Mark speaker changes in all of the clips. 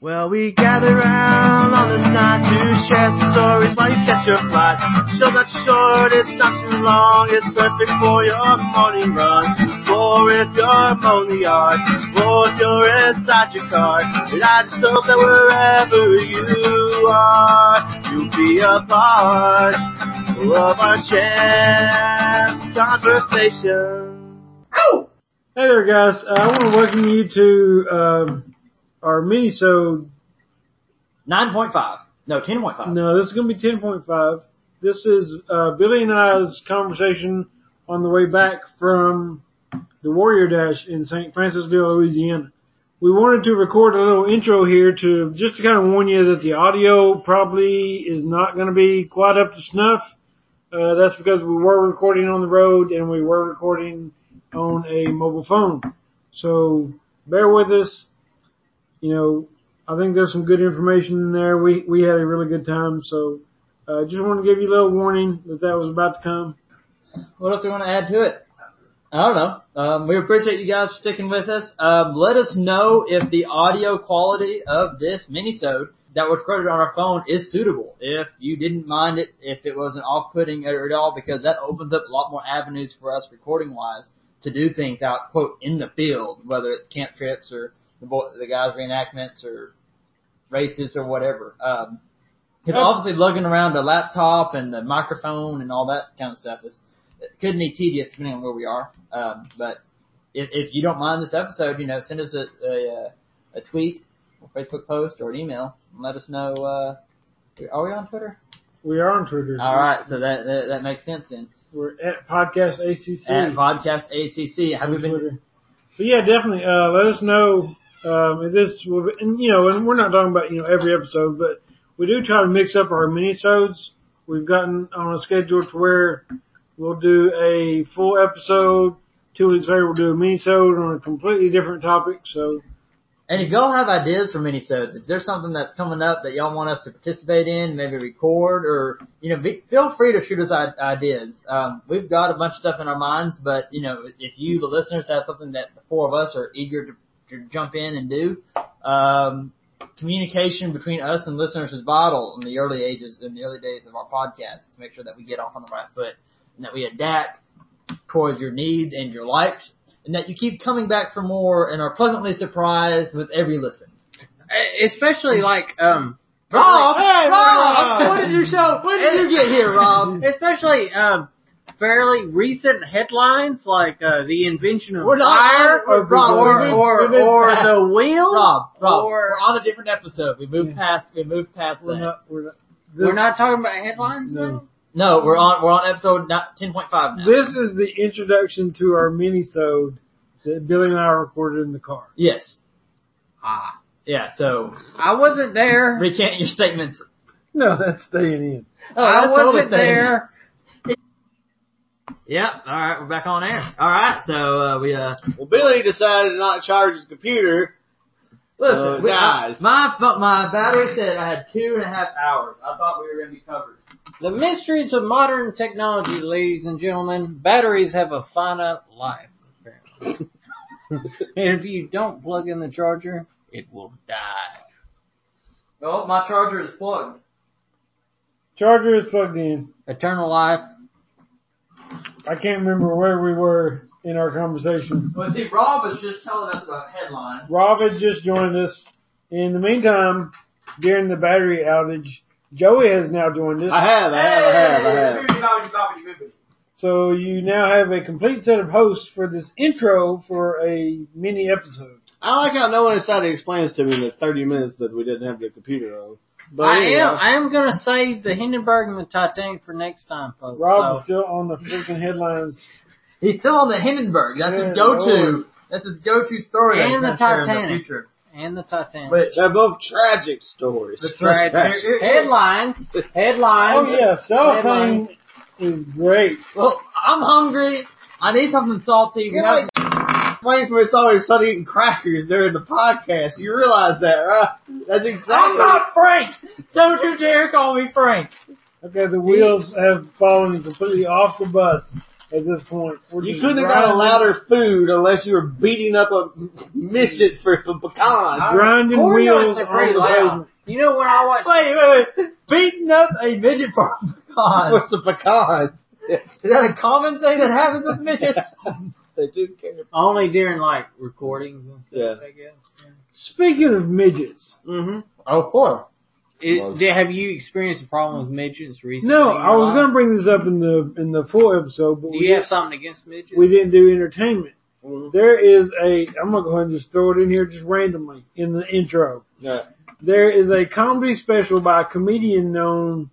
Speaker 1: Well, we gather round on this night to share some stories while you catch your flight. Show's not too short, it's not too long, it's perfect for your morning run. Or if you're mowing the yard, or if you're inside your car. And I just hope that wherever you are, you'll be a part of our chance conversation.
Speaker 2: Hey there, guys. Uh, I want to welcome you to um, our mini so
Speaker 3: Nine point five. No, ten point five.
Speaker 2: No, this is going to be 10.5. This is uh, Billy and I's conversation on the way back from the Warrior Dash in St. Francisville, Louisiana. We wanted to record a little intro here to just to kind of warn you that the audio probably is not going to be quite up to snuff. Uh, that's because we were recording on the road and we were recording on a mobile phone. So bear with us. You know, I think there's some good information in there. We we had a really good time, so I uh, just want to give you a little warning that that was about to come.
Speaker 3: What else do you want to add to it? I don't know. Um, we appreciate you guys sticking with us. Um, let us know if the audio quality of this minisode that was recorded on our phone is suitable. If you didn't mind it, if it wasn't off-putting at all, because that opens up a lot more avenues for us recording-wise to do things out quote in the field, whether it's camp trips or the, bo- the guys reenactments or races or whatever. Um, 'cause
Speaker 2: Yeah.
Speaker 3: obviously lugging around a laptop and the microphone and all that kind of stuff is it could be tedious depending on where we are. Um, but if, if you don't mind this episode, you know, send us a a, uh, a tweet, or Facebook post, or an email, and let us know. Uh, are we on Twitter?
Speaker 2: We are on Twitter.
Speaker 3: All right, so that that, that makes sense then.
Speaker 2: We're at Podcast ACC.
Speaker 3: At Podcast ACC, have we
Speaker 2: on
Speaker 3: been?
Speaker 2: Twitter. But yeah, definitely. Uh, let us know um, if this will. Be, and you know, and we're not talking about you know every episode, but we do try to mix up our minisodes. We've gotten on a schedule to where we'll do a full episode. Two weeks later, we'll do a minisode on a completely different topic. So
Speaker 3: And if y'all have ideas for minisodes, if there's something that's coming up that y'all want us to participate in, maybe record or you know, be, feel free to shoot us i- ideas. Um, we've got a bunch of stuff in our minds, but you know, if you, the listeners, have something that the four of us are eager to, to jump in and do, um, communication between us and listeners is vital in the early ages, in the early days of our podcast, to make sure that we get off on the right foot and that we adapt towards your needs and your likes, and that you keep coming back for more and are pleasantly surprised with every listen.
Speaker 4: especially like um
Speaker 3: Rob,
Speaker 2: Oh, Hey,
Speaker 3: Rob,
Speaker 2: Rob!
Speaker 3: what did you show? When did you get here, Rob?
Speaker 4: especially um fairly recent headlines like uh the invention of
Speaker 3: We're not-
Speaker 4: fire
Speaker 3: we're-
Speaker 4: or
Speaker 3: Rob,
Speaker 4: or,
Speaker 3: we've been-
Speaker 4: or,
Speaker 3: we've been
Speaker 4: or
Speaker 3: past-
Speaker 4: the wheel
Speaker 3: Rob, Rob,
Speaker 4: or-
Speaker 3: we're on a different episode. We moved past. We moved past
Speaker 2: we're
Speaker 3: that.
Speaker 2: not. We're not.
Speaker 4: we're not talking about headlines
Speaker 2: No.
Speaker 4: now?
Speaker 3: no, we're on. We're on episode ten point five now.
Speaker 2: This is the introduction to our minisode that Billy and I recorded in the car.
Speaker 3: yes.
Speaker 4: Ah.
Speaker 3: Yeah. So
Speaker 4: I wasn't there.
Speaker 1: Oh,
Speaker 3: recant your statements.
Speaker 2: No, that's staying in.
Speaker 3: Oh,
Speaker 4: I
Speaker 3: that's totally
Speaker 4: wasn't
Speaker 3: staying.
Speaker 4: there.
Speaker 3: Yep. All right. We're back on air. All right. So uh, we uh.
Speaker 1: Well, Billy decided to not charge his computer.
Speaker 3: Listen,
Speaker 1: Oh,
Speaker 3: we,
Speaker 1: God.
Speaker 3: my pho- my battery said I had two and a half hours. I thought we were gonna be covered.
Speaker 4: The mysteries of modern technology, ladies and gentlemen. Batteries have a finite life, apparently. and if you don't plug in the charger, it will die.
Speaker 3: Well, my charger is plugged.
Speaker 2: Charger is plugged in.
Speaker 4: Eternal life.
Speaker 2: I can't remember where we were in our conversation.
Speaker 3: Well, see, Rob was just telling us about headlines.
Speaker 2: Rob has just joined us. In the meantime, during the battery outage, Joey has now joined us.
Speaker 1: I have, I have, I have, I have.
Speaker 2: So you now have a complete set of hosts for this intro for a mini episode.
Speaker 1: I like how no one decided to explain this to me in the 30 minutes that we didn't have the computer on. But
Speaker 4: I
Speaker 1: anyway,
Speaker 4: am. I am gonna save the Hindenburg and the Titanic for next time, folks.
Speaker 2: Rob
Speaker 4: so-
Speaker 2: is still on the freaking headlines.
Speaker 3: He's still on the Hindenburg. That's
Speaker 2: Yeah,
Speaker 3: his go-to.
Speaker 2: Lord.
Speaker 3: That's his go-to story. that
Speaker 4: And
Speaker 3: he's
Speaker 4: the
Speaker 3: gonna share in
Speaker 4: Titanic.
Speaker 3: future.
Speaker 4: and the Titanic.
Speaker 3: Which
Speaker 1: They're both tragic stories.
Speaker 3: the tragic
Speaker 4: headlines.
Speaker 2: Oh
Speaker 4: Headlines.
Speaker 2: yeah,
Speaker 4: headlines.
Speaker 2: cellophane is great.
Speaker 3: Well, I'm hungry. I need something salty. We
Speaker 1: You're
Speaker 3: have-
Speaker 1: like playing for It's Always Sunny eating crackers during the podcast. You realize that, right? That's exactly.
Speaker 3: I'm not Frank. Don't you dare call me Frank.
Speaker 2: Okay, the wheels have fallen completely off the bus. at this point. We're
Speaker 1: You
Speaker 2: just
Speaker 1: couldn't have got a
Speaker 2: grinding-
Speaker 1: louder food unless you were beating up a midget for a pecan.
Speaker 2: grinding
Speaker 4: Corn
Speaker 2: wheels
Speaker 4: nuts are
Speaker 2: on
Speaker 4: pretty
Speaker 2: the
Speaker 4: loud.
Speaker 2: pavement.
Speaker 4: You know when I watch
Speaker 3: Wait, wait, wait. Beating up a midget for a pecan.
Speaker 1: What's a pecan?
Speaker 3: Is that a common thing that happens with midgets?
Speaker 1: They do care.
Speaker 4: only during like recordings and stuff, I guess.
Speaker 2: Speaking of midgets,
Speaker 1: Mm-hmm.
Speaker 3: oh, four.
Speaker 4: It,
Speaker 1: Most-
Speaker 4: did- have you experienced a problem with midgets recently?
Speaker 2: no,
Speaker 4: in
Speaker 2: I
Speaker 4: your
Speaker 2: was
Speaker 4: life?
Speaker 2: gonna bring this up in the in the full episode, but
Speaker 4: Do
Speaker 2: we
Speaker 4: you have something against midgets?
Speaker 2: we didn't do entertainment.
Speaker 1: Mhm.
Speaker 2: There is a I'm gonna go ahead and just throw it in here just randomly in the intro.
Speaker 1: Yeah.
Speaker 2: There is a comedy special by a comedian known,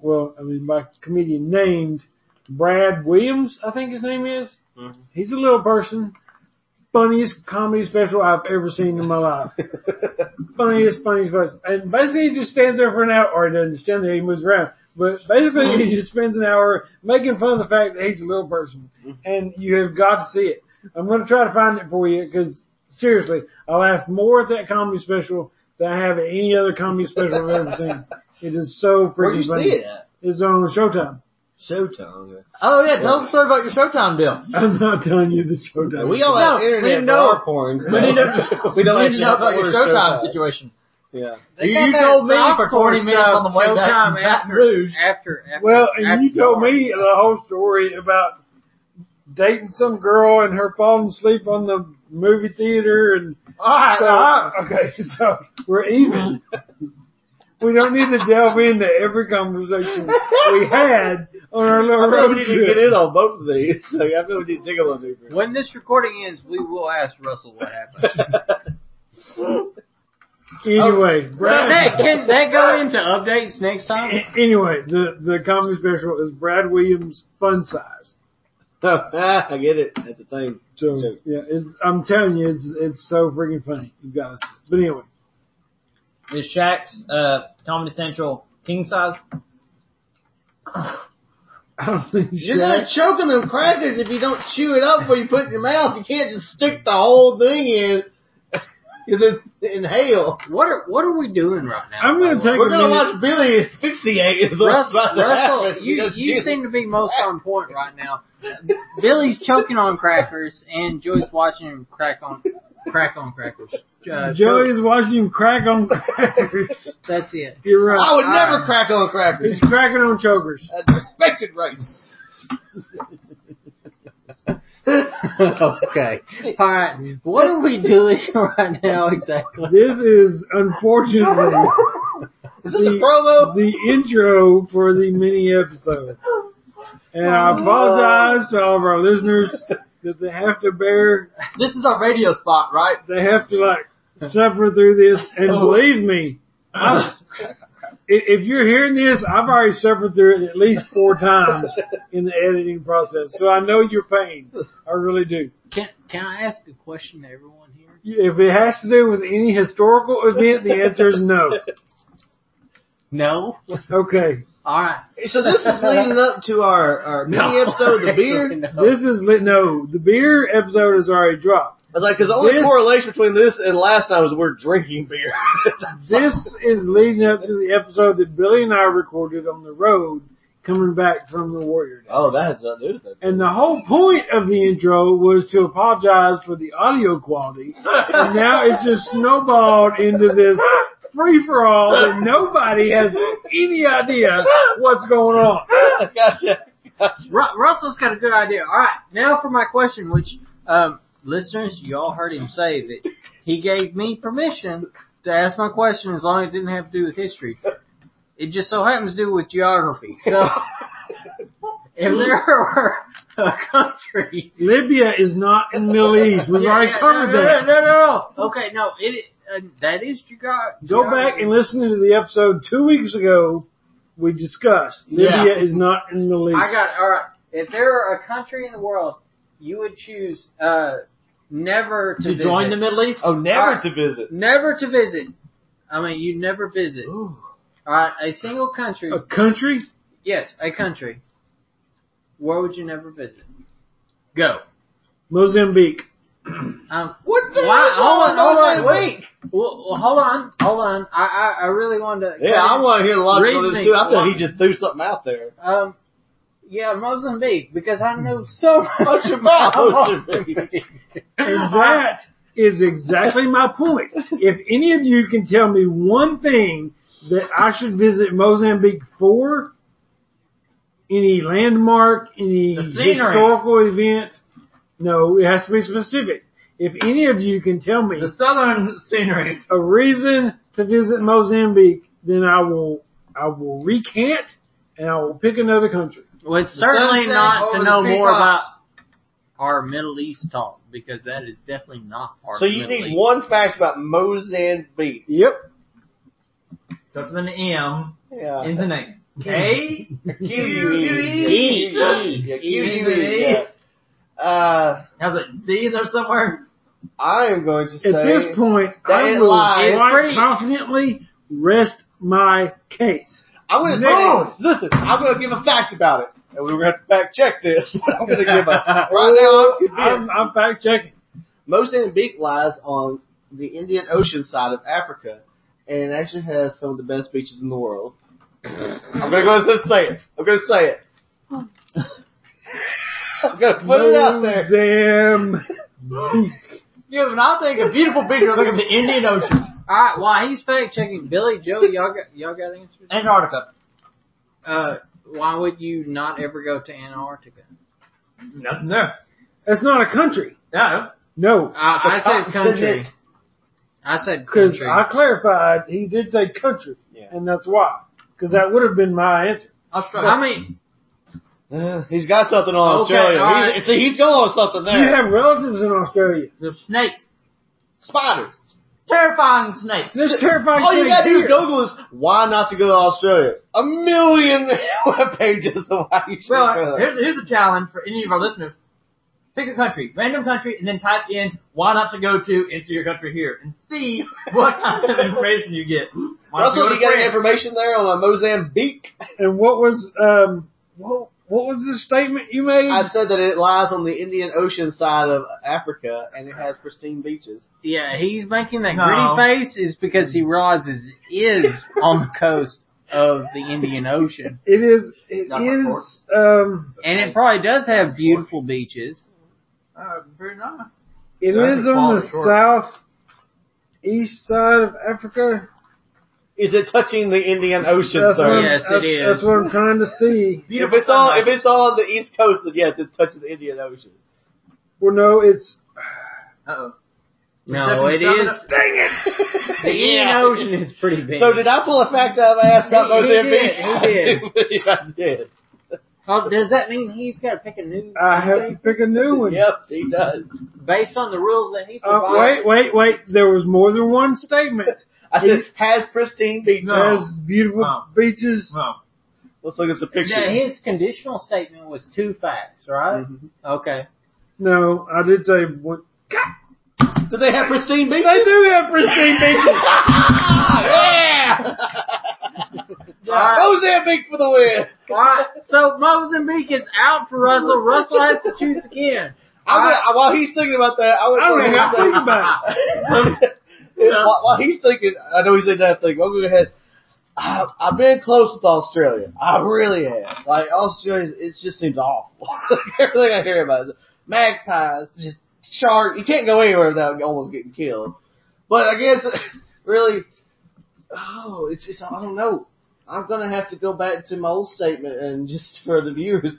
Speaker 2: well, I mean by a comedian named Brad Williams, I think his name is.
Speaker 1: Mhm.
Speaker 2: He's a little person. Funniest comedy special I've ever seen in my life. funniest, funniest, funniest. And basically, he just stands there for an hour, or he doesn't stand there, he moves around. But basically, he just spends an hour making fun of the fact that he's a little person. And you have got to see it. I'm going to try to find it for you, because seriously, I laugh more at that comedy special than I have at any other comedy special I've ever seen. It is so freaking
Speaker 1: Where do you
Speaker 2: funny.
Speaker 1: see it at?
Speaker 2: It's on Showtime.
Speaker 1: Showtime.
Speaker 3: Oh yeah, tell the story about your Showtime deal.
Speaker 2: I'm not telling you the Showtime.
Speaker 1: We all
Speaker 3: No,
Speaker 1: have
Speaker 3: we
Speaker 1: internet
Speaker 3: didn't
Speaker 1: for
Speaker 3: know.
Speaker 1: our porn. So
Speaker 3: We didn't
Speaker 1: we don't
Speaker 3: We need
Speaker 1: actually
Speaker 3: to know about your
Speaker 1: have
Speaker 3: Showtime situation.
Speaker 1: Yeah.
Speaker 4: They
Speaker 3: you
Speaker 4: got that
Speaker 3: told me for
Speaker 4: softcore
Speaker 3: 40 minutes
Speaker 4: stuff
Speaker 3: on the way back
Speaker 4: sometime
Speaker 3: from Baton
Speaker 4: after-
Speaker 3: Rouge.
Speaker 4: After, after
Speaker 2: Well, and
Speaker 4: after
Speaker 2: you told
Speaker 4: dark.
Speaker 2: me the whole story about dating some girl and her falling asleep on the movie theater and
Speaker 3: Alright,
Speaker 2: so, okay, so we're even. we don't need to delve into every conversation we had on our
Speaker 1: I
Speaker 2: little
Speaker 1: feel we
Speaker 2: road
Speaker 1: need to get
Speaker 2: trip.
Speaker 1: in on both of these. Like, I feel we need to dig a little deeper.
Speaker 4: When this recording ends, we will ask Russell what happened.
Speaker 2: Anyway,
Speaker 1: Oh,
Speaker 4: hey,
Speaker 2: Brad.
Speaker 4: can that go into updates next time?
Speaker 2: Anyway, the the comedy special is Brad Williams Fun Size.
Speaker 1: I get it. That's the thing.
Speaker 2: So
Speaker 1: Joke.
Speaker 2: yeah, it's, I'm telling you, it's it's so freaking funny, you guys. But anyway,
Speaker 3: Is Shaq's uh, Comedy Central king size?
Speaker 2: I don't think
Speaker 1: You're not choking them crackers if you don't chew it up when you put it in your mouth. You can't just stick the whole thing in and then inhale.
Speaker 4: What are what are we doing right now?
Speaker 2: I'm gonna
Speaker 4: by the way?
Speaker 2: take
Speaker 1: We're
Speaker 2: a
Speaker 1: gonna
Speaker 2: minute.
Speaker 1: watch Billy asphyxiate. Is what's
Speaker 4: Russell,
Speaker 1: about to
Speaker 4: Russell
Speaker 1: happen.
Speaker 4: you,
Speaker 1: Because
Speaker 4: you seem to be most on point right now. Billy's choking on crackers, and Joy's watching him crack on crack on crackers. Uh,
Speaker 2: Joey's watching him crack on crackers.
Speaker 4: that's it.
Speaker 2: You're right.
Speaker 1: I would never
Speaker 4: Ah.
Speaker 1: crack on crackers.
Speaker 2: He's cracking on chokers.
Speaker 1: That's respected race.
Speaker 4: okay. All right. What are we doing right now exactly?
Speaker 2: This is unfortunately
Speaker 1: Is this a
Speaker 2: the,
Speaker 1: promo?
Speaker 2: the intro for the mini episode. And
Speaker 1: Oh.
Speaker 2: I apologize to all of our listeners that they have to bear,
Speaker 3: This is our radio spot, right?
Speaker 2: they have to like suffer through this. And believe me, I, if if you're hearing this, I've already suffered through it at least four times in the editing process. So I know your pain. I really do.
Speaker 4: Can Can I ask a question to everyone here?
Speaker 2: If it has to do with any historical event, the answer is no.
Speaker 4: No.
Speaker 2: Okay.
Speaker 4: All right.
Speaker 1: So this is leading up to our our mini episode of the beer.
Speaker 2: This is lit. No, the beer episode is already dropped.
Speaker 1: I was like, because the only
Speaker 2: This-
Speaker 1: correlation between this and last time was we're drinking beer.
Speaker 2: This is leading up to the episode that Billy and I recorded on the road coming back from the Warrior Day.
Speaker 1: oh, that's not new.
Speaker 2: And the whole point of the intro was to apologize for the audio quality. And now it's just snowballed into this free for all that nobody has any idea what's going on.
Speaker 1: gotcha. Gotcha.
Speaker 4: Ru- Russell's got a good idea. All right, now for my question, which um, listeners, you all heard him say that he gave me permission to ask my question as long as it didn't have to do with history. It just so happens to do with geography. So if there were a country,
Speaker 2: Libya is not in the Middle East. We've already
Speaker 4: Yeah, yeah,
Speaker 2: covered
Speaker 4: no,
Speaker 2: that.
Speaker 4: No, no, no, no. Okay, no, it uh, that is geography.
Speaker 2: Go back and listen to the episode two weeks ago. We discussed Libya is not in the least.
Speaker 4: I got all right. If there were a country in the world, you would choose uh, never to,
Speaker 3: To join the
Speaker 4: visit.
Speaker 3: Middle East?
Speaker 1: Oh, never
Speaker 4: Alright.
Speaker 1: to visit.
Speaker 4: Never to visit. I mean, you never visit. Alright, a single country.
Speaker 2: a country?
Speaker 4: Yes, a country. Where would you never visit? Go.
Speaker 2: Mozambique.
Speaker 4: Um,
Speaker 1: What the
Speaker 4: Why-
Speaker 1: hell's going
Speaker 4: hold on,
Speaker 1: on
Speaker 4: hold on,
Speaker 1: this week?
Speaker 4: well, well, hold on, hold on. I, I, I really wanted to.
Speaker 1: Yeah, I want to hear the logic of
Speaker 4: Reason
Speaker 1: this too. I thought
Speaker 4: why-
Speaker 1: he just threw something out there.
Speaker 4: Um, yeah, Mozambique, because I
Speaker 1: Hmm.
Speaker 4: know so much about
Speaker 1: Mozambique.
Speaker 4: Mozambique.
Speaker 2: And that is exactly my point. If any of you can tell me one thing that I should visit Mozambique for, any landmark, any
Speaker 3: The scenery.
Speaker 2: historical event, no, it has to be specific. If any of you can tell me
Speaker 3: The southern scenery.
Speaker 2: a reason to visit Mozambique, then I will I will recant and I will pick another country.
Speaker 4: Well, it's
Speaker 3: The
Speaker 4: certainly
Speaker 3: sunset
Speaker 4: not to
Speaker 3: over
Speaker 4: know
Speaker 3: the
Speaker 4: more about
Speaker 3: treetops.
Speaker 4: our Middle East talk, because that is definitely not our
Speaker 1: So you
Speaker 4: Middle
Speaker 1: need
Speaker 4: East.
Speaker 1: one fact about Mozambique.
Speaker 2: Yep.
Speaker 3: Starts with an M
Speaker 1: Yeah.
Speaker 3: in the name. K
Speaker 1: Q
Speaker 3: U
Speaker 1: U
Speaker 3: E.
Speaker 1: E. Yeah, Q U E.
Speaker 3: E.
Speaker 1: yeah. Uh,
Speaker 3: How's it? Z there somewhere?
Speaker 1: I am going to say.
Speaker 2: At this point,
Speaker 1: that
Speaker 2: I
Speaker 1: it
Speaker 2: will
Speaker 1: lies.
Speaker 2: quite
Speaker 4: Free.
Speaker 2: confidently rest my case.
Speaker 1: I'm going to say,
Speaker 3: No.
Speaker 1: listen, I'm going to give a fact about it. And we we're going to fact check this, but I'm going to give a, right now, I'm
Speaker 2: I'm,
Speaker 1: convinced.
Speaker 2: I'm fact checking.
Speaker 1: Mozambique lies on the Indian Ocean side of Africa and it actually has some of the best beaches in the world. I'm going to go ahead and say it. I'm going to say it. I'm going to put it out there.
Speaker 2: Mozambique.
Speaker 3: Yeah, when I think of beautiful picture, I think of the Indian Ocean.
Speaker 4: All right, while he's fact checking, Billy, Joe, y'all got y'all got answers.
Speaker 3: Antarctica.
Speaker 4: Uh, why would you not ever go to Antarctica?
Speaker 3: Nothing there.
Speaker 2: That's not a country.
Speaker 3: No.
Speaker 2: No,
Speaker 4: I, I
Speaker 1: It's a
Speaker 4: said country.
Speaker 1: continent.
Speaker 4: I said
Speaker 2: because
Speaker 4: country.
Speaker 2: I clarified he did say country,
Speaker 1: Yeah.
Speaker 2: and that's why. Because that would have been my answer.
Speaker 3: Australia.
Speaker 4: I mean,
Speaker 1: Uh, he's got something on
Speaker 4: Okay,
Speaker 1: Australia.
Speaker 4: all right.
Speaker 1: He's, see, he's going on something there.
Speaker 2: You have relatives in Australia.
Speaker 3: the snakes.
Speaker 1: Spiders.
Speaker 3: Terrifying snakes.
Speaker 2: There's terrifying
Speaker 1: All Oh, you
Speaker 2: snakes
Speaker 1: gotta do
Speaker 2: here.
Speaker 1: is Google is why not to go to Australia. A million web pages of why you should
Speaker 3: Well,
Speaker 1: go.
Speaker 3: here's, here's a challenge for any of our listeners. Pick a country, random country, and then type in why not to go to into your country here and see what kind of information you get. Why not to
Speaker 1: Russell,
Speaker 3: go
Speaker 1: you
Speaker 3: to
Speaker 1: got any
Speaker 3: France?
Speaker 1: information there on uh, Mozambique?
Speaker 2: And what was um what what was the statement you made?
Speaker 1: I said that it lies on the Indian Ocean side of Africa and it has pristine beaches.
Speaker 4: yeah, he's making that
Speaker 3: No.
Speaker 4: gritty face is because he realizes it is on the coast of the Indian Ocean,
Speaker 2: it is it
Speaker 3: Not my
Speaker 2: is um
Speaker 4: and it probably does have beautiful beaches.
Speaker 3: Uh, very nice.
Speaker 2: it is
Speaker 3: I think
Speaker 2: on
Speaker 3: falls
Speaker 2: the
Speaker 3: short.
Speaker 2: south east side of Africa.
Speaker 1: Is it touching the Indian Ocean,
Speaker 2: That's what
Speaker 1: sir?
Speaker 2: I'm-
Speaker 4: Yes, it
Speaker 2: that's-
Speaker 4: is.
Speaker 2: That's what I'm trying to see.
Speaker 1: If it's all if it's all on the East Coast, then yes, it's touching the Indian Ocean.
Speaker 2: Well, no, it's
Speaker 3: Uh-oh.
Speaker 4: No, it
Speaker 3: Definitely
Speaker 4: is.
Speaker 3: southern-
Speaker 4: The Indian
Speaker 1: Yeah.
Speaker 4: Ocean is pretty big.
Speaker 1: So did I pull a fact out of my ass about
Speaker 4: He- he did,
Speaker 1: Mozambique?
Speaker 4: he did.
Speaker 1: Yes, I did.
Speaker 4: Oh, does that mean he's got to pick a new?
Speaker 2: I have to pick a new one.
Speaker 1: Yes, he does.
Speaker 4: based on the rules that he
Speaker 2: Uh,
Speaker 4: provided.
Speaker 2: wait, wait, wait. There was more than one statement.
Speaker 1: I said has pristine beaches.
Speaker 3: No.
Speaker 2: There's beautiful
Speaker 3: No.
Speaker 2: beaches.
Speaker 3: Well,
Speaker 1: Let's look at the picture.
Speaker 4: Now, his conditional statement was two facts, right?
Speaker 1: Mm-hmm.
Speaker 4: Okay.
Speaker 2: No, I did say what.
Speaker 1: Do they have pristine beaches?
Speaker 2: They do have pristine beaches.
Speaker 1: yeah! Mozambique for the win.
Speaker 4: All right. So Mozambique is out for Russell. Russell has to choose again.
Speaker 1: I'm gonna, while he's thinking about that, I would
Speaker 2: I
Speaker 1: go
Speaker 2: don't
Speaker 1: ahead
Speaker 2: even have to think
Speaker 1: and
Speaker 2: about it.
Speaker 1: say, while, while he's thinking, I know he's in that thing. But I'm going ahead. I, I've been close with Australia. I really have. Like Australia, it just seems awful. like, everything I hear about is magpies, just shark. You can't go anywhere without almost getting killed. But I guess really, oh, it's just I don't know. I'm gonna have to go back to my old statement and just for the viewers,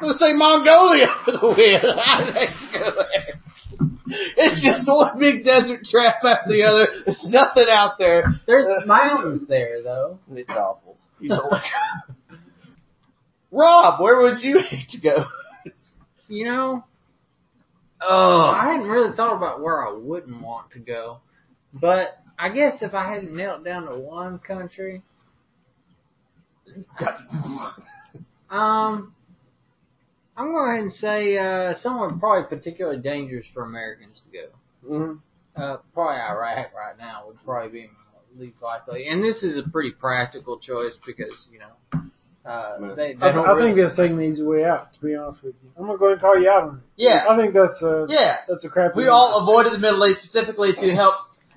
Speaker 1: let's say Mongolia for the win. it's just one big desert trap after the other. There's nothing out there.
Speaker 4: There's
Speaker 1: Uh,
Speaker 4: mountains there, though.
Speaker 1: It's awful. You don't like Rob, where would you like to go?
Speaker 4: You know,
Speaker 1: Oh,
Speaker 4: I hadn't really thought about where I wouldn't want to go, but I guess if I hadn't knelt down to one country, um, I'm going to go ahead and say uh, somewhere probably particularly dangerous for Americans to go.
Speaker 1: Mm-hmm.
Speaker 4: Uh, probably Iraq right now would probably be my least likely. And this is a pretty practical choice because, you know, uh, they, they
Speaker 2: I,
Speaker 4: don't
Speaker 2: I
Speaker 4: really,
Speaker 2: think that's taking the easy way out. To be honest with you, I'm gonna go ahead and call you out on it.
Speaker 3: yeah,
Speaker 2: I think that's a
Speaker 3: yeah.
Speaker 2: that's a crappy.
Speaker 3: We all avoided the Middle East specifically to help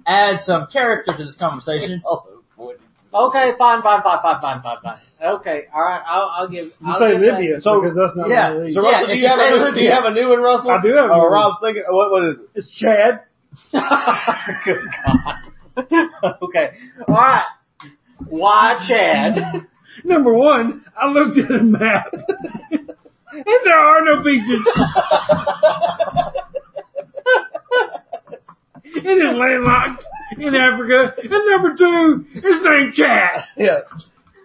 Speaker 3: add some character to this conversation.
Speaker 1: Oh, boy,
Speaker 4: Okay, fine, fine, fine, fine, fine, fine, fine. Okay, all right. I'll, I'll give.
Speaker 2: You
Speaker 4: I'll
Speaker 2: say
Speaker 4: give
Speaker 2: Libya
Speaker 4: That.
Speaker 2: because that's not
Speaker 3: yeah,
Speaker 2: in the league.
Speaker 3: so- uh,
Speaker 1: So
Speaker 3: Yeah,
Speaker 1: Russell, do you have a,
Speaker 3: it's the same
Speaker 1: do you have a new one, Russell?
Speaker 2: I do have a new
Speaker 1: Oh,
Speaker 2: one.
Speaker 1: Rob's thinking. What what is it?
Speaker 2: it's Chad.
Speaker 4: Good God. okay, all right. Why Chad?
Speaker 2: Number one, I looked at a map, and there are no beaches. it is landlocked in Africa. And number two, it's named Chad.
Speaker 1: Yeah,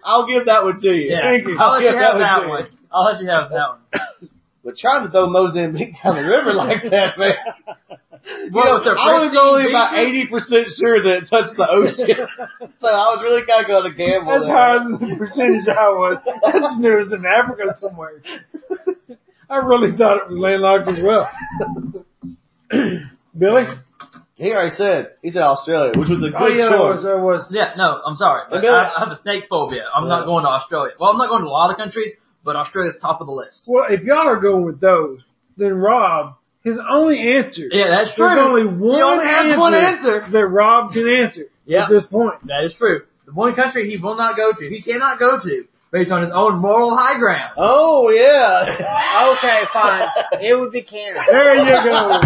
Speaker 1: I'll give that one to you.
Speaker 3: Yeah.
Speaker 2: Thank you.
Speaker 1: I'll
Speaker 3: I'll let
Speaker 1: give
Speaker 3: you have
Speaker 1: that
Speaker 3: that
Speaker 1: one
Speaker 3: one. I'll let you have that one.
Speaker 1: But trying to throw Mozambique down the river like that, man. You
Speaker 3: What,
Speaker 1: know,
Speaker 3: with their
Speaker 1: I was
Speaker 3: pristine
Speaker 1: only about
Speaker 3: beaches?
Speaker 1: eighty percent sure that it touched the ocean, so I was really kind of going to gamble.
Speaker 2: That's
Speaker 1: there.
Speaker 2: higher than the percentage I was. I just knew it was in Africa somewhere. I really thought it was landlocked as well. Billy?
Speaker 1: He already said he said Australia, which was a good
Speaker 2: Oh yeah, that was
Speaker 1: choice.
Speaker 2: that was.
Speaker 3: Yeah, no, I'm sorry, but
Speaker 1: Amelia-
Speaker 3: I, I have a snake phobia. I'm
Speaker 1: Yeah.
Speaker 3: not going to Australia. Well, I'm not going to a lot of countries, but Australia's top of the list.
Speaker 2: Well, if y'all are going with those, then Rob, his only answer.
Speaker 3: Yeah, that's true.
Speaker 2: There's only one,
Speaker 3: only has
Speaker 2: answer
Speaker 3: one answer.
Speaker 2: that Rob can answer
Speaker 3: Yeah.
Speaker 2: at this point.
Speaker 3: That is true. The one country he will not go to, he cannot go to, based on his own moral high ground.
Speaker 1: Oh yeah.
Speaker 4: Okay, fine. It would be Canada.
Speaker 2: There you go.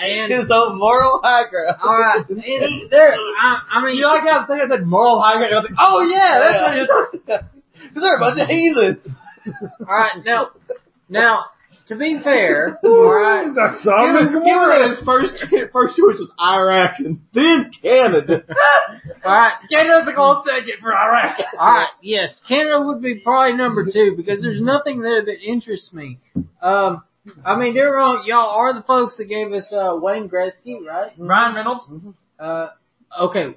Speaker 4: And
Speaker 1: His own moral high ground.
Speaker 4: all right, and there. I, I mean,
Speaker 3: You like how I'm saying I said moral high ground? I was like, oh yeah, that's what it is.
Speaker 1: Because they're a bunch of heathens.
Speaker 4: all right now. Now, to be fair, all right.
Speaker 2: It's not
Speaker 1: Give
Speaker 2: Solomon
Speaker 1: him- give him
Speaker 2: Gomorrah.
Speaker 1: his first first choice was Iraq and then Canada.
Speaker 4: All right,
Speaker 3: Canada's the gold ticket for Iraq.
Speaker 4: all right. Yes, Canada would be probably number two because there's nothing there that interests me. Um, I mean, they're wrong. Y'all are the folks that gave us uh, Wayne Gretzky, right?
Speaker 3: Ryan Reynolds.
Speaker 4: Uh, okay,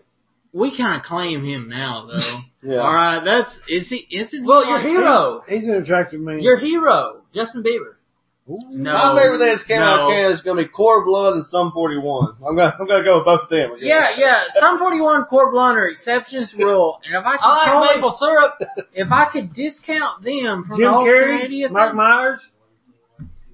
Speaker 4: we kind of claim him now, though.
Speaker 1: Yeah.
Speaker 4: All right, that's is he? Is it?
Speaker 3: Well, your hero,
Speaker 2: He's an attractive man.
Speaker 3: your hero, Justin Bieber. No.
Speaker 1: My favorite thing that's came out
Speaker 3: No.
Speaker 1: of Canada is gonna be Core Blood and Sum 41. I'm gonna I'm gonna go with both of them.
Speaker 4: Yeah, yeah. Some 41 core blonde are exceptions rule, and if I could,
Speaker 3: I like
Speaker 4: totally-
Speaker 3: maple syrup.
Speaker 4: if I could discount them from
Speaker 2: Jim
Speaker 4: the whole
Speaker 2: Carrey,
Speaker 4: Canadian
Speaker 2: Mike
Speaker 4: thing-
Speaker 2: Myers,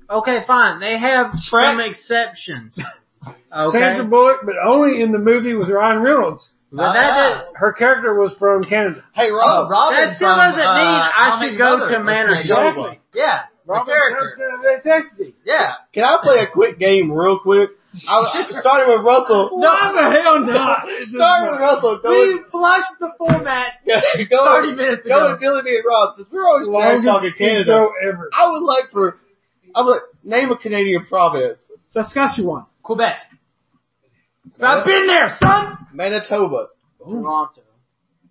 Speaker 4: okay, fine. They have
Speaker 3: Shrek.
Speaker 4: some exceptions. Okay,
Speaker 2: Sandra Bullock, but only in the movie was Ryan Reynolds.
Speaker 4: but that does,
Speaker 2: Her character was from Canada.
Speaker 1: Hey
Speaker 3: Oh,
Speaker 1: Rob.
Speaker 3: Robin
Speaker 4: Ah. That still
Speaker 3: from, uh,
Speaker 4: doesn't mean I
Speaker 3: Comic
Speaker 4: should go
Speaker 3: Mother
Speaker 4: to
Speaker 3: was
Speaker 4: Manor
Speaker 3: Manitoba.
Speaker 2: Joy.
Speaker 3: Yeah, the
Speaker 2: Robin
Speaker 3: character.
Speaker 2: Johnson, that's sexy.
Speaker 3: Yeah,
Speaker 1: Can I play a quick game real quick? I, I started with Russell.
Speaker 2: Why the hell not?
Speaker 1: Started with Russell. Going,
Speaker 3: we flushed the format thirty
Speaker 1: going,
Speaker 3: minutes ago.
Speaker 1: going Billy B and Rob since we're always trash talking
Speaker 2: longest
Speaker 1: Canada.
Speaker 2: show ever.
Speaker 1: I would like for I would like, name a Canadian province.
Speaker 2: Saskatchewan.
Speaker 3: Quebec. I've been there, son.
Speaker 1: Manitoba.
Speaker 4: Toronto.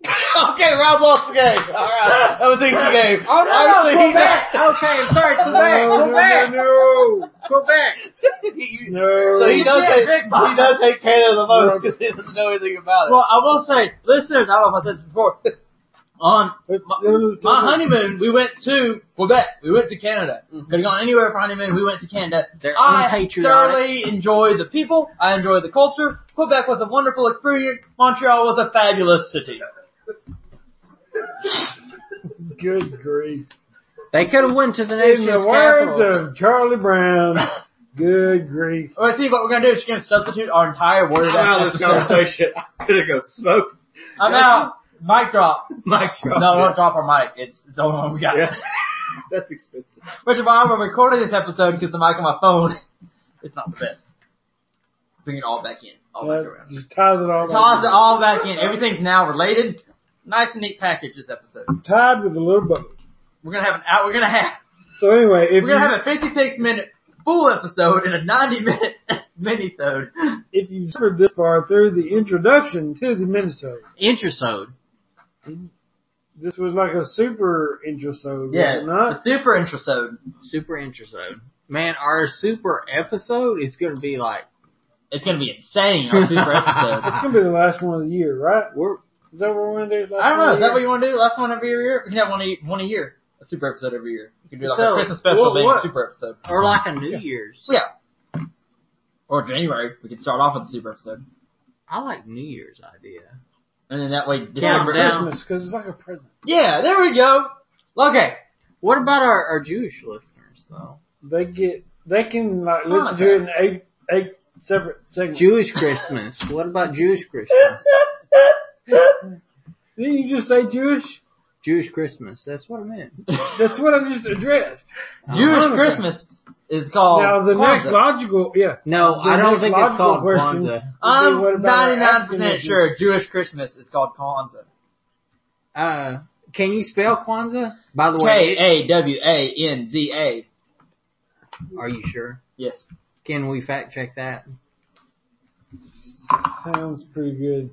Speaker 1: okay, Rob lost the game. All right, that was easy game.
Speaker 4: Oh no,
Speaker 1: Obviously,
Speaker 4: no
Speaker 1: he
Speaker 4: Quebec. Okay, I'm sorry, Quebec,
Speaker 2: no,
Speaker 4: Quebec,
Speaker 2: no,
Speaker 4: Quebec.
Speaker 1: he-
Speaker 2: no,
Speaker 1: so
Speaker 2: no.
Speaker 1: he does
Speaker 3: Yeah,
Speaker 1: hate,
Speaker 3: big
Speaker 1: he
Speaker 3: box.
Speaker 1: does hate Canada the most because he doesn't know anything about it.
Speaker 3: Well, I will say, listeners, I don't know if I said this before. On my
Speaker 4: Mm-hmm.
Speaker 3: honeymoon, we went to Quebec. We went to Canada.
Speaker 4: Mm-hmm.
Speaker 3: Could have gone anywhere for honeymoon. We went to Canada.
Speaker 4: They're
Speaker 3: I
Speaker 4: unpatriotic.
Speaker 3: thoroughly enjoy the people. I enjoy the culture. Quebec was a wonderful experience. Montreal was a fabulous city.
Speaker 2: Good grief.
Speaker 4: They could have went to the
Speaker 2: In
Speaker 4: nation's
Speaker 2: the words
Speaker 4: capital.
Speaker 2: of Charlie Brown, good grief.
Speaker 3: All right, see, what we're gonna do is we're gonna substitute our entire word.
Speaker 1: I'm out of this conversation. I'm gonna go smoke
Speaker 3: I'm out. Mic drop.
Speaker 1: Mike Trump.
Speaker 3: No, don't drop our mic. It's the only one we got.
Speaker 1: Yeah. That's expensive.
Speaker 3: Which if I were recording this episode because the mic on my phone, it's not the best. Bring it all back in. All back
Speaker 2: That
Speaker 3: around.
Speaker 2: just ties it all.
Speaker 3: Toss it
Speaker 2: back
Speaker 3: all back in. Everything's now related. Nice and neat package this episode.
Speaker 2: in. Tied with a little bow.
Speaker 3: We're gonna have an out. We're gonna have.
Speaker 2: So anyway, if
Speaker 3: We're
Speaker 2: you,
Speaker 3: gonna have a 56 minute full episode and a 90 minute minisode.
Speaker 2: if you've heard this far through the introduction to the Minnesota,
Speaker 4: Intrasode.
Speaker 2: this was like a super intro,
Speaker 3: Yeah,
Speaker 2: was it
Speaker 3: a
Speaker 2: not?
Speaker 3: super intrasode.
Speaker 4: Super intrasode. Man, our super episode is going to be like,
Speaker 3: It's gonna be insane. Our super
Speaker 2: It's
Speaker 3: episode.
Speaker 2: gonna be the last one of the year, right?
Speaker 4: we're,
Speaker 2: Is that what we're gonna do? Last
Speaker 3: I don't know.
Speaker 2: one
Speaker 3: Is that
Speaker 2: of the
Speaker 3: what you want to do? Last one every year? We can have one a, one a year. A super episode every year. You can do like
Speaker 4: So,
Speaker 3: a Christmas special
Speaker 4: what-
Speaker 3: being
Speaker 4: what-
Speaker 3: a super episode.
Speaker 4: or like a New Year's.
Speaker 3: Yeah. Or January. We could start off with a super episode.
Speaker 4: I like New Year's idea.
Speaker 3: And then that way
Speaker 2: year?
Speaker 3: December.
Speaker 4: Countdown.
Speaker 2: Christmas, because it's like a present.
Speaker 3: Yeah, there we go. Okay.
Speaker 4: What about our, our Jewish listeners though?
Speaker 2: They get they can like listen to it in eight eight separate segments.
Speaker 4: Jewish Christmas. What about Jewish Christmas?
Speaker 2: Didn't you just say Jewish?
Speaker 4: Jewish Christmas. That's what I meant. Uh-huh.
Speaker 2: That's what I just addressed.
Speaker 3: Jewish
Speaker 2: Hanukkah.
Speaker 3: Christmas is called.
Speaker 2: now the next
Speaker 3: Kwanzaa.
Speaker 2: logical, yeah.
Speaker 4: No,
Speaker 2: The
Speaker 4: I don't
Speaker 2: next
Speaker 4: think it's called
Speaker 2: logical question-
Speaker 4: Kwanzaa.
Speaker 2: Okay, what
Speaker 3: I'm
Speaker 2: about our
Speaker 3: 99%
Speaker 2: African
Speaker 3: sure Jewish Christmas is called Kwanzaa.
Speaker 4: Uh, can you spell Kwanzaa? By the
Speaker 3: K
Speaker 4: way,
Speaker 3: A W A N Z A.
Speaker 4: are you sure?
Speaker 3: Yes.
Speaker 4: Can we fact check that?
Speaker 2: Sounds pretty good.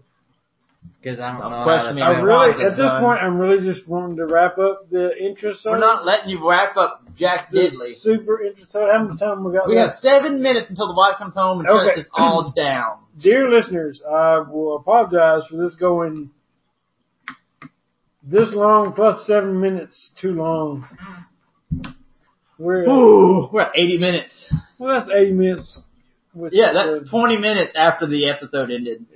Speaker 4: Because I don't
Speaker 3: Don't
Speaker 4: know. how
Speaker 3: question
Speaker 4: to
Speaker 3: me.
Speaker 2: I
Speaker 4: spell
Speaker 3: Yeah,
Speaker 2: really,
Speaker 3: Kwanzaa's
Speaker 2: at this
Speaker 3: done.
Speaker 2: point, I'm really just wanting to wrap up the intro.
Speaker 3: We're not letting you wrap up Jack Diddley.
Speaker 2: Super intro. So how much time we got?
Speaker 3: We
Speaker 2: left?
Speaker 3: have seven minutes until the wife comes home and
Speaker 2: Okay.
Speaker 3: shuts us all down.
Speaker 2: Dear listeners, I will apologize for this going this long plus seven minutes too long. We're
Speaker 3: Ooh, we're at 80 minutes.
Speaker 2: well, that's eight minutes. Which
Speaker 3: Yeah,
Speaker 2: is-
Speaker 3: that's 20 minutes after the episode ended,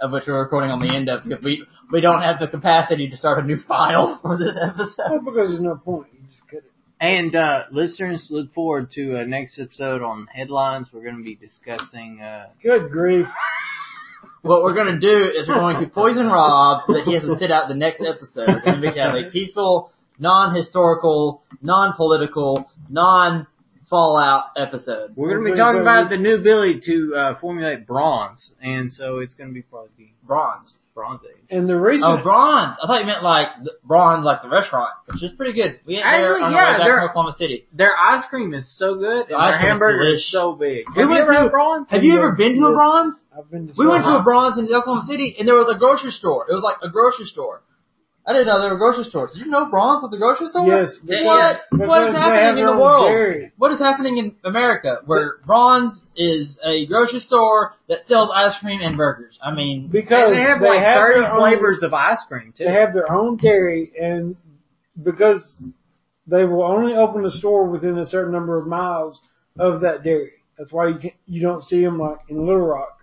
Speaker 3: of which we're recording on the end of because we we don't have the capacity to start a new file for this
Speaker 2: well,
Speaker 3: episode.
Speaker 2: Oh, because there's no point. You just cut it.
Speaker 4: And uh, listeners, look forward to uh, next episode on headlines. We're going to be discussing. Uh,
Speaker 2: Good grief!
Speaker 3: What we're gonna do is we're going to poison Rob so that he has to sit out the next episode, and we can have a peaceful, non-historical, non-political, non-fallout episode.
Speaker 4: we're
Speaker 2: That's
Speaker 4: going to be
Speaker 2: what
Speaker 4: talking
Speaker 2: we're
Speaker 4: about
Speaker 2: gonna
Speaker 4: the new ability to uh, formulate bronze, and so it's going to be probably the
Speaker 3: Bronze.
Speaker 4: Bronze Age.
Speaker 2: And the reason
Speaker 3: Oh, bronze. I thought you meant like th- bronze, like the restaurant, which is pretty good. We ate there
Speaker 4: Actually,
Speaker 3: on
Speaker 4: yeah,
Speaker 3: our way back
Speaker 4: they're-
Speaker 3: from Oklahoma City.
Speaker 4: Their ice cream is so good, and
Speaker 3: ice cream
Speaker 4: their
Speaker 3: is
Speaker 4: hamburger
Speaker 3: delish.
Speaker 4: is so big.
Speaker 3: We
Speaker 4: Have you
Speaker 3: went
Speaker 4: ever
Speaker 3: to-
Speaker 4: had bronze?
Speaker 3: Have you
Speaker 2: Yeah,
Speaker 3: ever been to a
Speaker 2: yes.
Speaker 3: bronze?
Speaker 2: I've been to
Speaker 3: We went to
Speaker 2: some-
Speaker 3: a Bronze in Oklahoma City, and there was a grocery store. It was like a grocery store. I didn't know there were grocery stores. Did you know Bronze was a grocery store?
Speaker 2: yes.
Speaker 3: What?
Speaker 2: because- because
Speaker 3: What is
Speaker 2: they have
Speaker 3: happening in
Speaker 2: their
Speaker 3: the
Speaker 2: own
Speaker 3: world?
Speaker 2: dairy.
Speaker 3: What is happening in America, where Bronze is a grocery store that sells ice cream and burgers? I mean,
Speaker 2: Because
Speaker 4: they have like
Speaker 2: their
Speaker 4: 30
Speaker 2: own-
Speaker 4: flavors of ice cream, too.
Speaker 2: They have their own dairy, and because they will only open a store within a certain number of miles of that dairy. That's why you can't, you don't see them like in Little Rock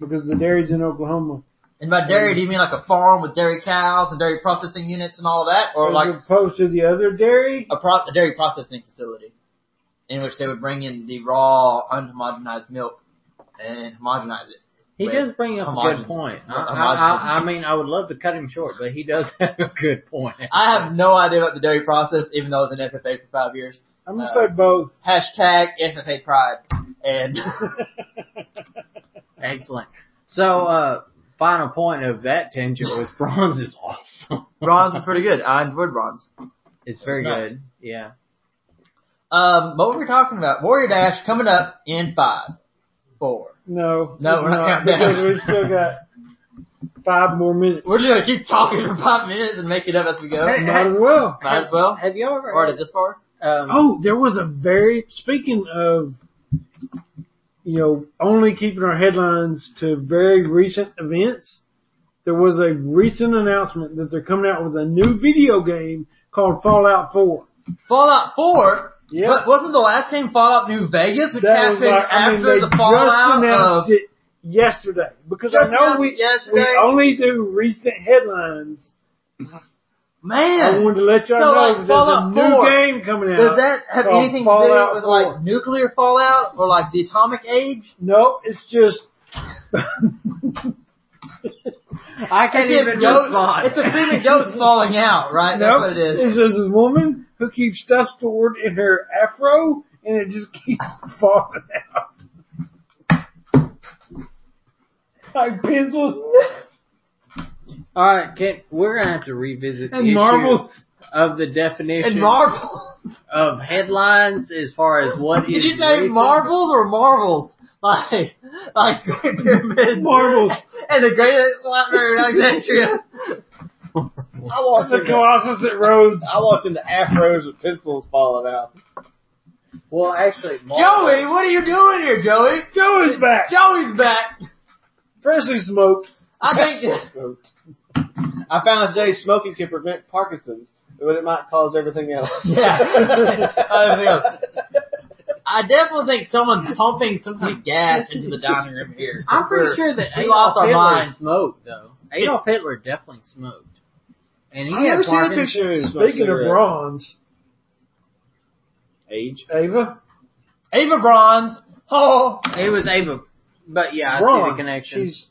Speaker 2: because the dairy's in Oklahoma.
Speaker 3: and by dairy, do you mean like a farm with dairy cows and dairy processing units and all that, or
Speaker 2: as
Speaker 3: like
Speaker 2: opposed to the other dairy,
Speaker 3: a, pro- a dairy processing facility in which they would bring in the raw, unhomogenized milk and homogenize it?
Speaker 4: He
Speaker 3: Wait,
Speaker 4: does bring up a
Speaker 3: homogenous-
Speaker 4: good point. I,
Speaker 3: homogenous.
Speaker 4: I, I, I mean, I would love to cut him short, but he does have a good point.
Speaker 3: I have no idea about the dairy process, even though I was in FFA for five years.
Speaker 2: I'm gonna
Speaker 3: Uh,
Speaker 2: say both.
Speaker 3: Hashtag FFA pride. And
Speaker 4: Excellent. So, uh, final point of that tangent was bronze is awesome.
Speaker 3: bronze is pretty good. I enjoyed bronze.
Speaker 4: It's very
Speaker 3: It's nice.
Speaker 4: good. Yeah.
Speaker 3: Um, what were we talking about? Warrior Dash coming up in five, four.
Speaker 2: No,
Speaker 3: No,
Speaker 2: it's
Speaker 3: we're not counting
Speaker 2: because
Speaker 3: down.
Speaker 2: we still got five more minutes.
Speaker 3: We're just gonna keep talking for five minutes and make it up as we go.
Speaker 4: Hey,
Speaker 2: Might as well.
Speaker 3: Might as well.
Speaker 4: Have you ever
Speaker 3: Already this far?
Speaker 4: um,
Speaker 2: Oh, there was a very speaking of you know only keeping our headlines to very recent events. There was a recent announcement that they're coming out with a new video game called Fallout 4.
Speaker 3: Fallout Four.
Speaker 2: Yeah.
Speaker 3: But wasn't the last game Fallout New Vegas, which
Speaker 2: That was
Speaker 3: happened
Speaker 2: like, I mean,
Speaker 3: after
Speaker 2: they
Speaker 3: the
Speaker 2: just
Speaker 3: Fallout
Speaker 2: announced
Speaker 3: of?
Speaker 2: it yesterday because
Speaker 3: Just
Speaker 2: I know
Speaker 3: announced
Speaker 2: we
Speaker 3: it yesterday.
Speaker 2: we only do recent headlines. I
Speaker 3: Man,
Speaker 2: wanted to let y'all
Speaker 3: So,
Speaker 2: know
Speaker 3: like,
Speaker 2: that there's a
Speaker 3: Fallout
Speaker 2: new
Speaker 3: 4,
Speaker 2: game coming out.
Speaker 3: does that have
Speaker 2: called
Speaker 3: anything to do
Speaker 2: Fallout
Speaker 3: with
Speaker 2: 4.
Speaker 3: like nuclear fallout or like the atomic age?
Speaker 2: No, it's just
Speaker 4: I can't
Speaker 3: It's a
Speaker 4: even
Speaker 3: goat-
Speaker 4: respond.
Speaker 3: It's a cream of goats falling out, right?
Speaker 2: No,
Speaker 3: That's what it
Speaker 2: It's
Speaker 3: is.
Speaker 2: just this woman who keeps stuff stored in her afro, and it just keeps falling out. Like pencils
Speaker 4: All right, can, we're gonna have to revisit the
Speaker 2: and
Speaker 4: issue
Speaker 2: marbles.
Speaker 4: of the definition
Speaker 3: And marvels.
Speaker 4: of headlines as far as what
Speaker 3: Did
Speaker 4: is
Speaker 3: you say
Speaker 4: recent.
Speaker 3: marvels or marvels? Like, like Great Pyramid.
Speaker 2: Marvels.
Speaker 3: And the Great Library of Alexandria.
Speaker 1: I walked
Speaker 2: The
Speaker 1: into
Speaker 2: Colossus at Rhodes.
Speaker 1: I walked into afros with pencils falling out.
Speaker 4: Well, actually, marbles-
Speaker 3: Joey, what are you doing here, Joey?
Speaker 2: Joey's back.
Speaker 3: Joey's back.
Speaker 2: Freshly smoked.
Speaker 3: I think.
Speaker 1: I found today smoking can prevent Parkinson's, but it might cause everything else.
Speaker 3: Yeah. Everything else. I definitely think someone's pumping some kind of gas into the dining room here.
Speaker 4: I'm pretty
Speaker 3: We're-
Speaker 4: sure that
Speaker 3: we
Speaker 4: Adolf
Speaker 3: lost our
Speaker 4: Hitler
Speaker 3: minds.
Speaker 4: smoked though. Adolf Hitler definitely smoked, and he
Speaker 1: I've
Speaker 4: had
Speaker 1: never seen a
Speaker 4: Parkinson's.
Speaker 1: picture of him smoking
Speaker 2: Speaking of
Speaker 1: cigarette.
Speaker 2: bronze,
Speaker 1: Age.
Speaker 2: Ava,
Speaker 3: Ava Bronze. Oh,
Speaker 4: It was Ava, but yeah, I see
Speaker 2: bronze.
Speaker 4: the connection.
Speaker 2: She's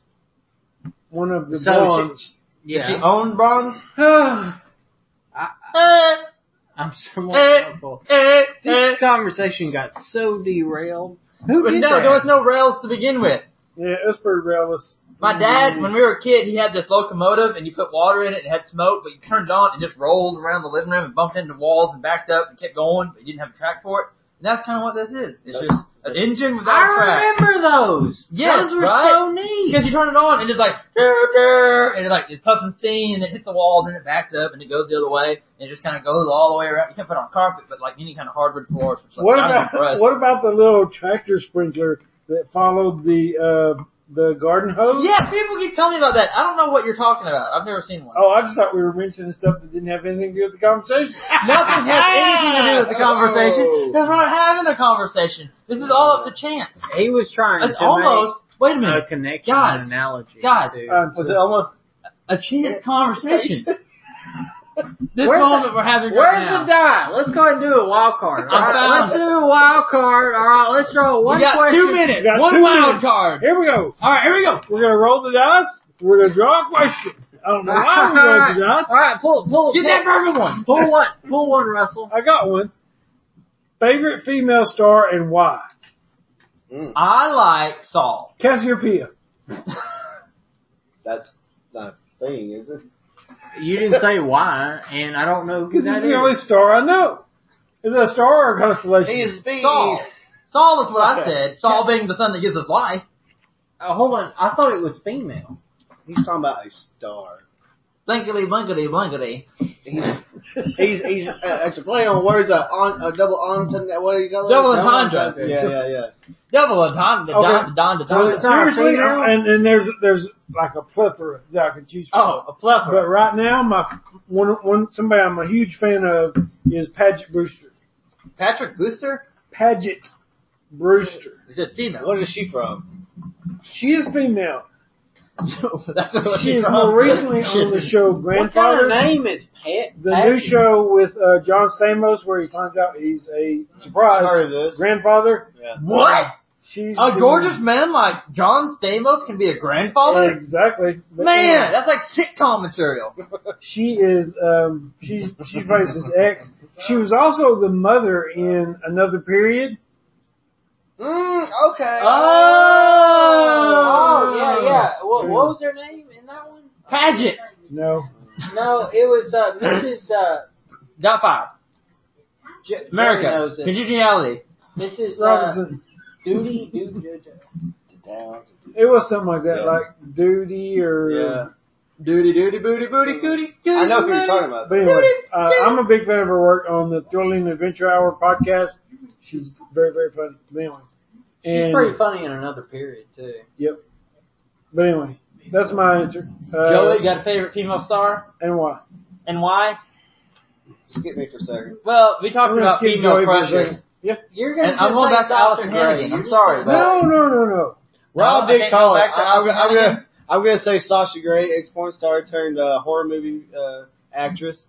Speaker 2: one of the
Speaker 4: So
Speaker 2: bronze.
Speaker 3: Does she own bronze?
Speaker 4: I,
Speaker 3: Eh,
Speaker 4: I'm somewhat
Speaker 3: Eh.
Speaker 4: troubled.
Speaker 3: eh, eh.
Speaker 4: This conversation got so derailed. Who
Speaker 3: But
Speaker 4: did
Speaker 3: no,
Speaker 4: that?
Speaker 3: there was no rails to begin with.
Speaker 2: Yeah, it's pretty realist.
Speaker 3: My dad, when we were a kid, he had this locomotive and you put water in it and it had smoke, but you turned it on and just rolled around the living room and bumped into walls and backed up and kept going, but you didn't have a track for it. And that's kind of what this is. It's just an engine without a track.
Speaker 4: I remember those.
Speaker 3: Yes,
Speaker 4: those were
Speaker 3: right?
Speaker 4: so neat.
Speaker 3: Because you turn it on and it's like, "Durr, durr," and it like it puffs and steam and it hits the wall, then it backs up and it goes the other way and it just kind of goes all the way around. You can't put it on carpet, but like any kind of hardwood floors. Which, like,
Speaker 2: What
Speaker 3: I'm
Speaker 2: about
Speaker 3: impressed.
Speaker 2: what about the little tractor sprinkler that followed the uh the garden hose?
Speaker 3: Yeah, people keep telling me about that. I don't know what you're talking about. I've never seen one.
Speaker 2: Oh, I just thought we were mentioning stuff that didn't have anything to do with the conversation.
Speaker 3: Nothing has anything to do with the conversation.
Speaker 1: Oh.
Speaker 3: Because we're not having a conversation. This is all up to chance.
Speaker 4: He was trying
Speaker 3: It's
Speaker 4: to
Speaker 3: almost. Wait a
Speaker 4: make
Speaker 3: minute.
Speaker 4: a connection,
Speaker 3: Guys,
Speaker 4: an analogy.
Speaker 3: guys.
Speaker 4: dude.
Speaker 2: I'm
Speaker 1: Was
Speaker 2: so-
Speaker 1: it almost
Speaker 3: A chance conversation. This
Speaker 4: Where's
Speaker 3: moment
Speaker 4: the-
Speaker 3: we're having right
Speaker 4: Where's
Speaker 3: now.
Speaker 4: the die? Let's go ahead and do a wild card. All
Speaker 3: I
Speaker 4: right,
Speaker 3: found
Speaker 4: let's
Speaker 3: it.
Speaker 4: do a wild card. All right, let's draw one
Speaker 3: we got
Speaker 4: question.
Speaker 3: two minutes.
Speaker 2: We got
Speaker 3: one
Speaker 2: two
Speaker 3: wild
Speaker 2: minutes.
Speaker 3: card.
Speaker 2: Here we go.
Speaker 3: All right, here we go.
Speaker 2: We're gonna roll the dice. We're gonna draw a question. I don't know why we rolled the dice.
Speaker 4: All right, pull, pull,
Speaker 3: Get
Speaker 4: pull,
Speaker 3: that bourbon one.
Speaker 4: pull one, pull one, Russell.
Speaker 2: I got one. Favorite female star and why?
Speaker 3: I like Saul.
Speaker 2: Cassiopeia.
Speaker 1: That's not a thing, is it?
Speaker 4: You didn't say why, and I don't know who
Speaker 2: Because
Speaker 4: that
Speaker 2: it's
Speaker 4: is.
Speaker 2: the only star I know. Is it a star or a constellation?
Speaker 1: He's being
Speaker 3: Saul. Saul is what I said. Saul being the son that gives us life.
Speaker 4: Uh, hold on, I thought it was female.
Speaker 1: he's talking about a star.
Speaker 3: Blinkety blinkety blinkety.
Speaker 1: He's he's, he's uh, it's a play on words. A on a double entendre. What do you
Speaker 2: Oh,
Speaker 1: call it?
Speaker 3: Double entendre.
Speaker 1: Yeah, yeah, yeah.
Speaker 3: Devil and Don the
Speaker 2: Okay.
Speaker 3: Don the Don the
Speaker 2: So
Speaker 3: Don.
Speaker 4: it's not a
Speaker 2: seriously,
Speaker 4: female?
Speaker 2: and, and there's there's like a plethora that I could choose from.
Speaker 3: Oh, a plethora.
Speaker 2: But right now, my one one somebody I'm a huge fan of is Paget Brewster.
Speaker 3: Patrick Booster?
Speaker 2: Paget Brewster.
Speaker 3: Is it female?
Speaker 1: Where is she from?
Speaker 2: She is female.
Speaker 3: That's what
Speaker 2: She
Speaker 3: she's
Speaker 2: is
Speaker 3: from.
Speaker 2: more recently on the show
Speaker 4: What kind
Speaker 2: Grandfather.
Speaker 4: of name is Pet?
Speaker 2: the
Speaker 4: Patrick?
Speaker 2: new show with uh, John Stamos where he finds out he's a
Speaker 1: I've
Speaker 2: surprise
Speaker 1: heard of this.
Speaker 2: grandfather.
Speaker 1: Yeah.
Speaker 3: What?
Speaker 2: She's
Speaker 3: A
Speaker 4: Oh,
Speaker 2: the-
Speaker 3: gorgeous man like John Stamos can be a grandfather?
Speaker 2: Exactly. But uh,
Speaker 3: Man, that's like sitcom material.
Speaker 2: she is um she she plays his ex. She was also the mother in another period.
Speaker 1: Mm,
Speaker 2: Oh,
Speaker 1: okay.
Speaker 4: Oh yeah, yeah. What, what was her name in that one?
Speaker 3: Paget.
Speaker 2: No.
Speaker 4: No, it was uh, Mrs. Uh,
Speaker 3: Dot five.
Speaker 4: J- Jerry
Speaker 3: America.
Speaker 4: knows it.
Speaker 3: Congeniality.
Speaker 4: Mrs. Uh,
Speaker 2: Robinson.
Speaker 4: Duty Duty.
Speaker 1: Down.
Speaker 2: It was something like that,
Speaker 1: Yeah.
Speaker 2: like duty or
Speaker 1: Yeah.
Speaker 4: uh,
Speaker 3: Duty duty booty booty cootie.
Speaker 1: I know who
Speaker 3: cootie.
Speaker 1: you're talking about.
Speaker 2: but anyway,
Speaker 3: Duty,
Speaker 2: uh,
Speaker 3: duty.
Speaker 2: I'm a big fan of her work on the Thrilling Adventure Hour podcast. She's very, very funny. But anyway.
Speaker 4: She's
Speaker 2: And-
Speaker 4: pretty funny in another period too.
Speaker 2: But anyway, that's my answer. Uh,
Speaker 3: Joey, you got a favorite female star?
Speaker 2: and why?
Speaker 3: And why?
Speaker 1: Skip me for a second.
Speaker 3: Well, we
Speaker 2: I'm
Speaker 3: talked
Speaker 2: gonna
Speaker 3: about
Speaker 2: skip
Speaker 3: female
Speaker 2: Joey for a
Speaker 3: crushes.
Speaker 2: second. Yeah.
Speaker 4: You're gonna.
Speaker 3: And I'm
Speaker 4: just
Speaker 3: going
Speaker 4: say
Speaker 3: back to
Speaker 4: Dr.
Speaker 3: Allison
Speaker 4: Gray.
Speaker 3: Hannigan.
Speaker 4: You're
Speaker 3: I'm
Speaker 4: just
Speaker 3: sorry,
Speaker 4: like-
Speaker 3: but-
Speaker 2: No, no, no, no.
Speaker 1: Well,
Speaker 3: I
Speaker 1: I did
Speaker 3: can't go
Speaker 1: call it.
Speaker 3: back to
Speaker 1: I, am
Speaker 3: Allison
Speaker 1: gonna,
Speaker 3: Hannigan.
Speaker 1: I'm gonna say Sasha Grey, ex porn star turned uh, horror movie uh, actress.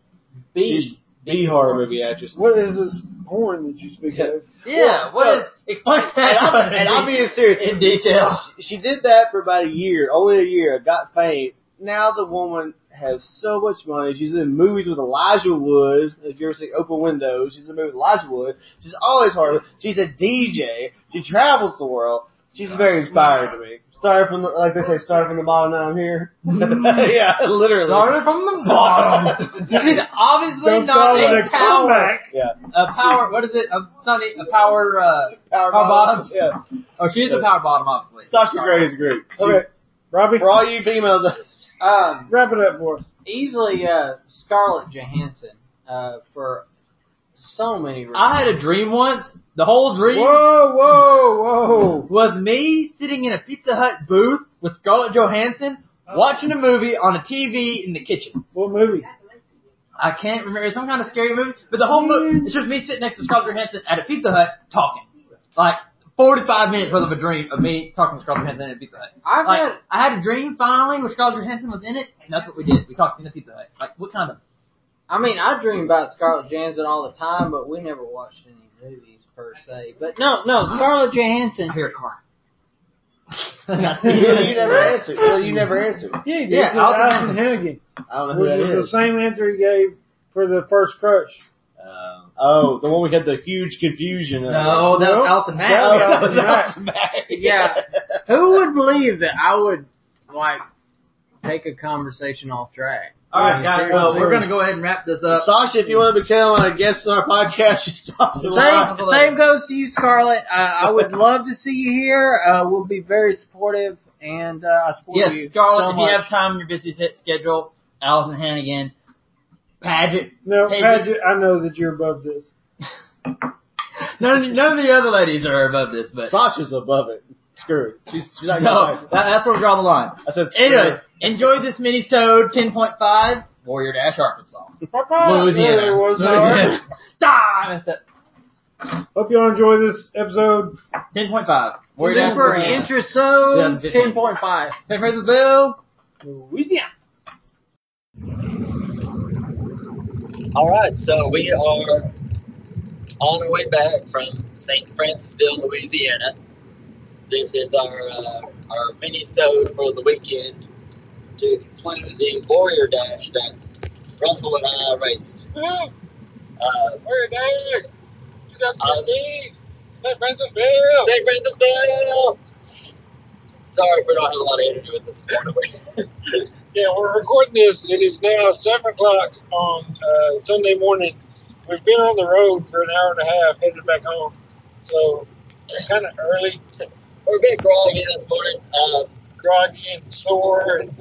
Speaker 4: B.
Speaker 1: B horror movie actress.
Speaker 2: What is this porn that you speak of?
Speaker 3: Yeah,
Speaker 1: Well,
Speaker 3: what
Speaker 1: no.
Speaker 3: is explain
Speaker 1: And I'm,
Speaker 3: that
Speaker 1: and I'm being serious.
Speaker 3: in detail.
Speaker 1: She did that for about a year, only a year. Got fame. Now the woman has so much money. She's in movies with Elijah Wood. If you ever see Open Windows, she's in a movie with Elijah Wood. She's always hard. She's a DJ. She travels the world. She's very inspiring to me. Starting from the, like they say, starting from the bottom. Now I'm here. yeah, literally.
Speaker 3: Started Mm-hmm. from the bottom. It is obviously
Speaker 2: Don't
Speaker 3: not
Speaker 2: call it
Speaker 3: a
Speaker 2: a
Speaker 3: power.
Speaker 2: comeback.
Speaker 3: A power. What is it? A Sonny. A power. Uh,
Speaker 1: Power
Speaker 3: bottom.
Speaker 1: Yeah.
Speaker 3: oh, she is a power bottom, obviously.
Speaker 1: Sasha Grey is a group.
Speaker 2: Okay, Robbie,
Speaker 1: For all you females,
Speaker 4: Um,
Speaker 2: wrap it up for us.
Speaker 4: easily uh, Scarlett Johansson uh, for so many reasons.
Speaker 3: I had a dream once. The whole dream
Speaker 2: Whoa, whoa, whoa.
Speaker 3: was me sitting in a Pizza Hut booth with Scarlett Johansson watching a movie on a TV in the kitchen.
Speaker 2: What movie?
Speaker 3: I can't remember. It's some kind of scary movie, but the whole movie, it's just me sitting next to Scarlett Johansson at a Pizza Hut talking. Like, 45 minutes worth of a dream of me talking to Scarlett Johansson at a Pizza Hut.
Speaker 4: I've
Speaker 3: Like,
Speaker 4: had
Speaker 3: I had a dream finally where Scarlett Johansson was in it, and that's what we did. We talked in the Pizza Hut. Like, what kind of?
Speaker 4: I mean, I dream about Scarlett Johansson all the time, but we never watched any movies per se. But no, no, Scarlett Johansson
Speaker 3: I hear a car.
Speaker 1: Well, you never answered. Well, you never answered.
Speaker 2: Yeah, he did.
Speaker 3: Yeah,
Speaker 2: It was
Speaker 3: Alton
Speaker 2: Alton Hennigan,
Speaker 1: I don't know who
Speaker 2: which
Speaker 1: that
Speaker 2: is the
Speaker 1: is.
Speaker 2: same answer he gave for the first crush.
Speaker 1: Um, oh, the one we had the huge confusion. of.
Speaker 3: No, that was Alton Mack.
Speaker 1: No, that
Speaker 2: Alton
Speaker 1: was Alton Mack.
Speaker 4: Yeah. Who would believe that I would like take a conversation off track?
Speaker 3: All right, guys. Well,
Speaker 1: Seriously.
Speaker 3: we're gonna go ahead and wrap this up.
Speaker 1: Sasha, if you want to become a guest on our podcast, just drop us a line.
Speaker 4: Same, same goes to you, Scarlett. Uh, I would love to see you here. Uh, we'll be very supportive, and uh, I support
Speaker 3: Yes,
Speaker 4: you. so
Speaker 3: Scarlett, if
Speaker 4: much.
Speaker 3: you have time in your busy set schedule, Alton Hannigan, Paget.
Speaker 2: No,
Speaker 3: Hey,
Speaker 2: Padgett, I know that you're above this.
Speaker 3: None, none of the other ladies are above this, but
Speaker 1: Sasha's above it. Screw it. She's, she's not gonna
Speaker 3: no, that, that's where we draw the line.
Speaker 1: like it. I said screw
Speaker 3: Anyway,
Speaker 1: it.
Speaker 3: enjoy this mini-sode 10.5, Warrior Dash Arkansas. Louisiana.
Speaker 2: There was no
Speaker 3: Louisiana. Ah, I messed up.
Speaker 2: Hope y'all enjoy this episode.
Speaker 3: 10.5, Warrior Dash
Speaker 4: Super
Speaker 3: Arkansas.
Speaker 4: interest zone,
Speaker 3: Yeah,
Speaker 4: ten point five.
Speaker 3: San Francisco.
Speaker 2: Louisiana.
Speaker 5: All right, so we are on our way back from St. Francisville, Louisiana. This is our uh, our mini-sode for the weekend to complete the Warrior Dash that Russell and I raced. Uh, Warrior Dash, you got 15, St. Francisville. St. Francisville. Sorry if we don't have a lot of energy with this morning.
Speaker 6: Yeah, we're recording this. It is now seven o'clock on uh, Sunday morning. We've been on the road for an hour and a half, headed back home. So it's kind of early,
Speaker 5: We're a bit groggy this morning. Uh,
Speaker 6: groggy and sore. And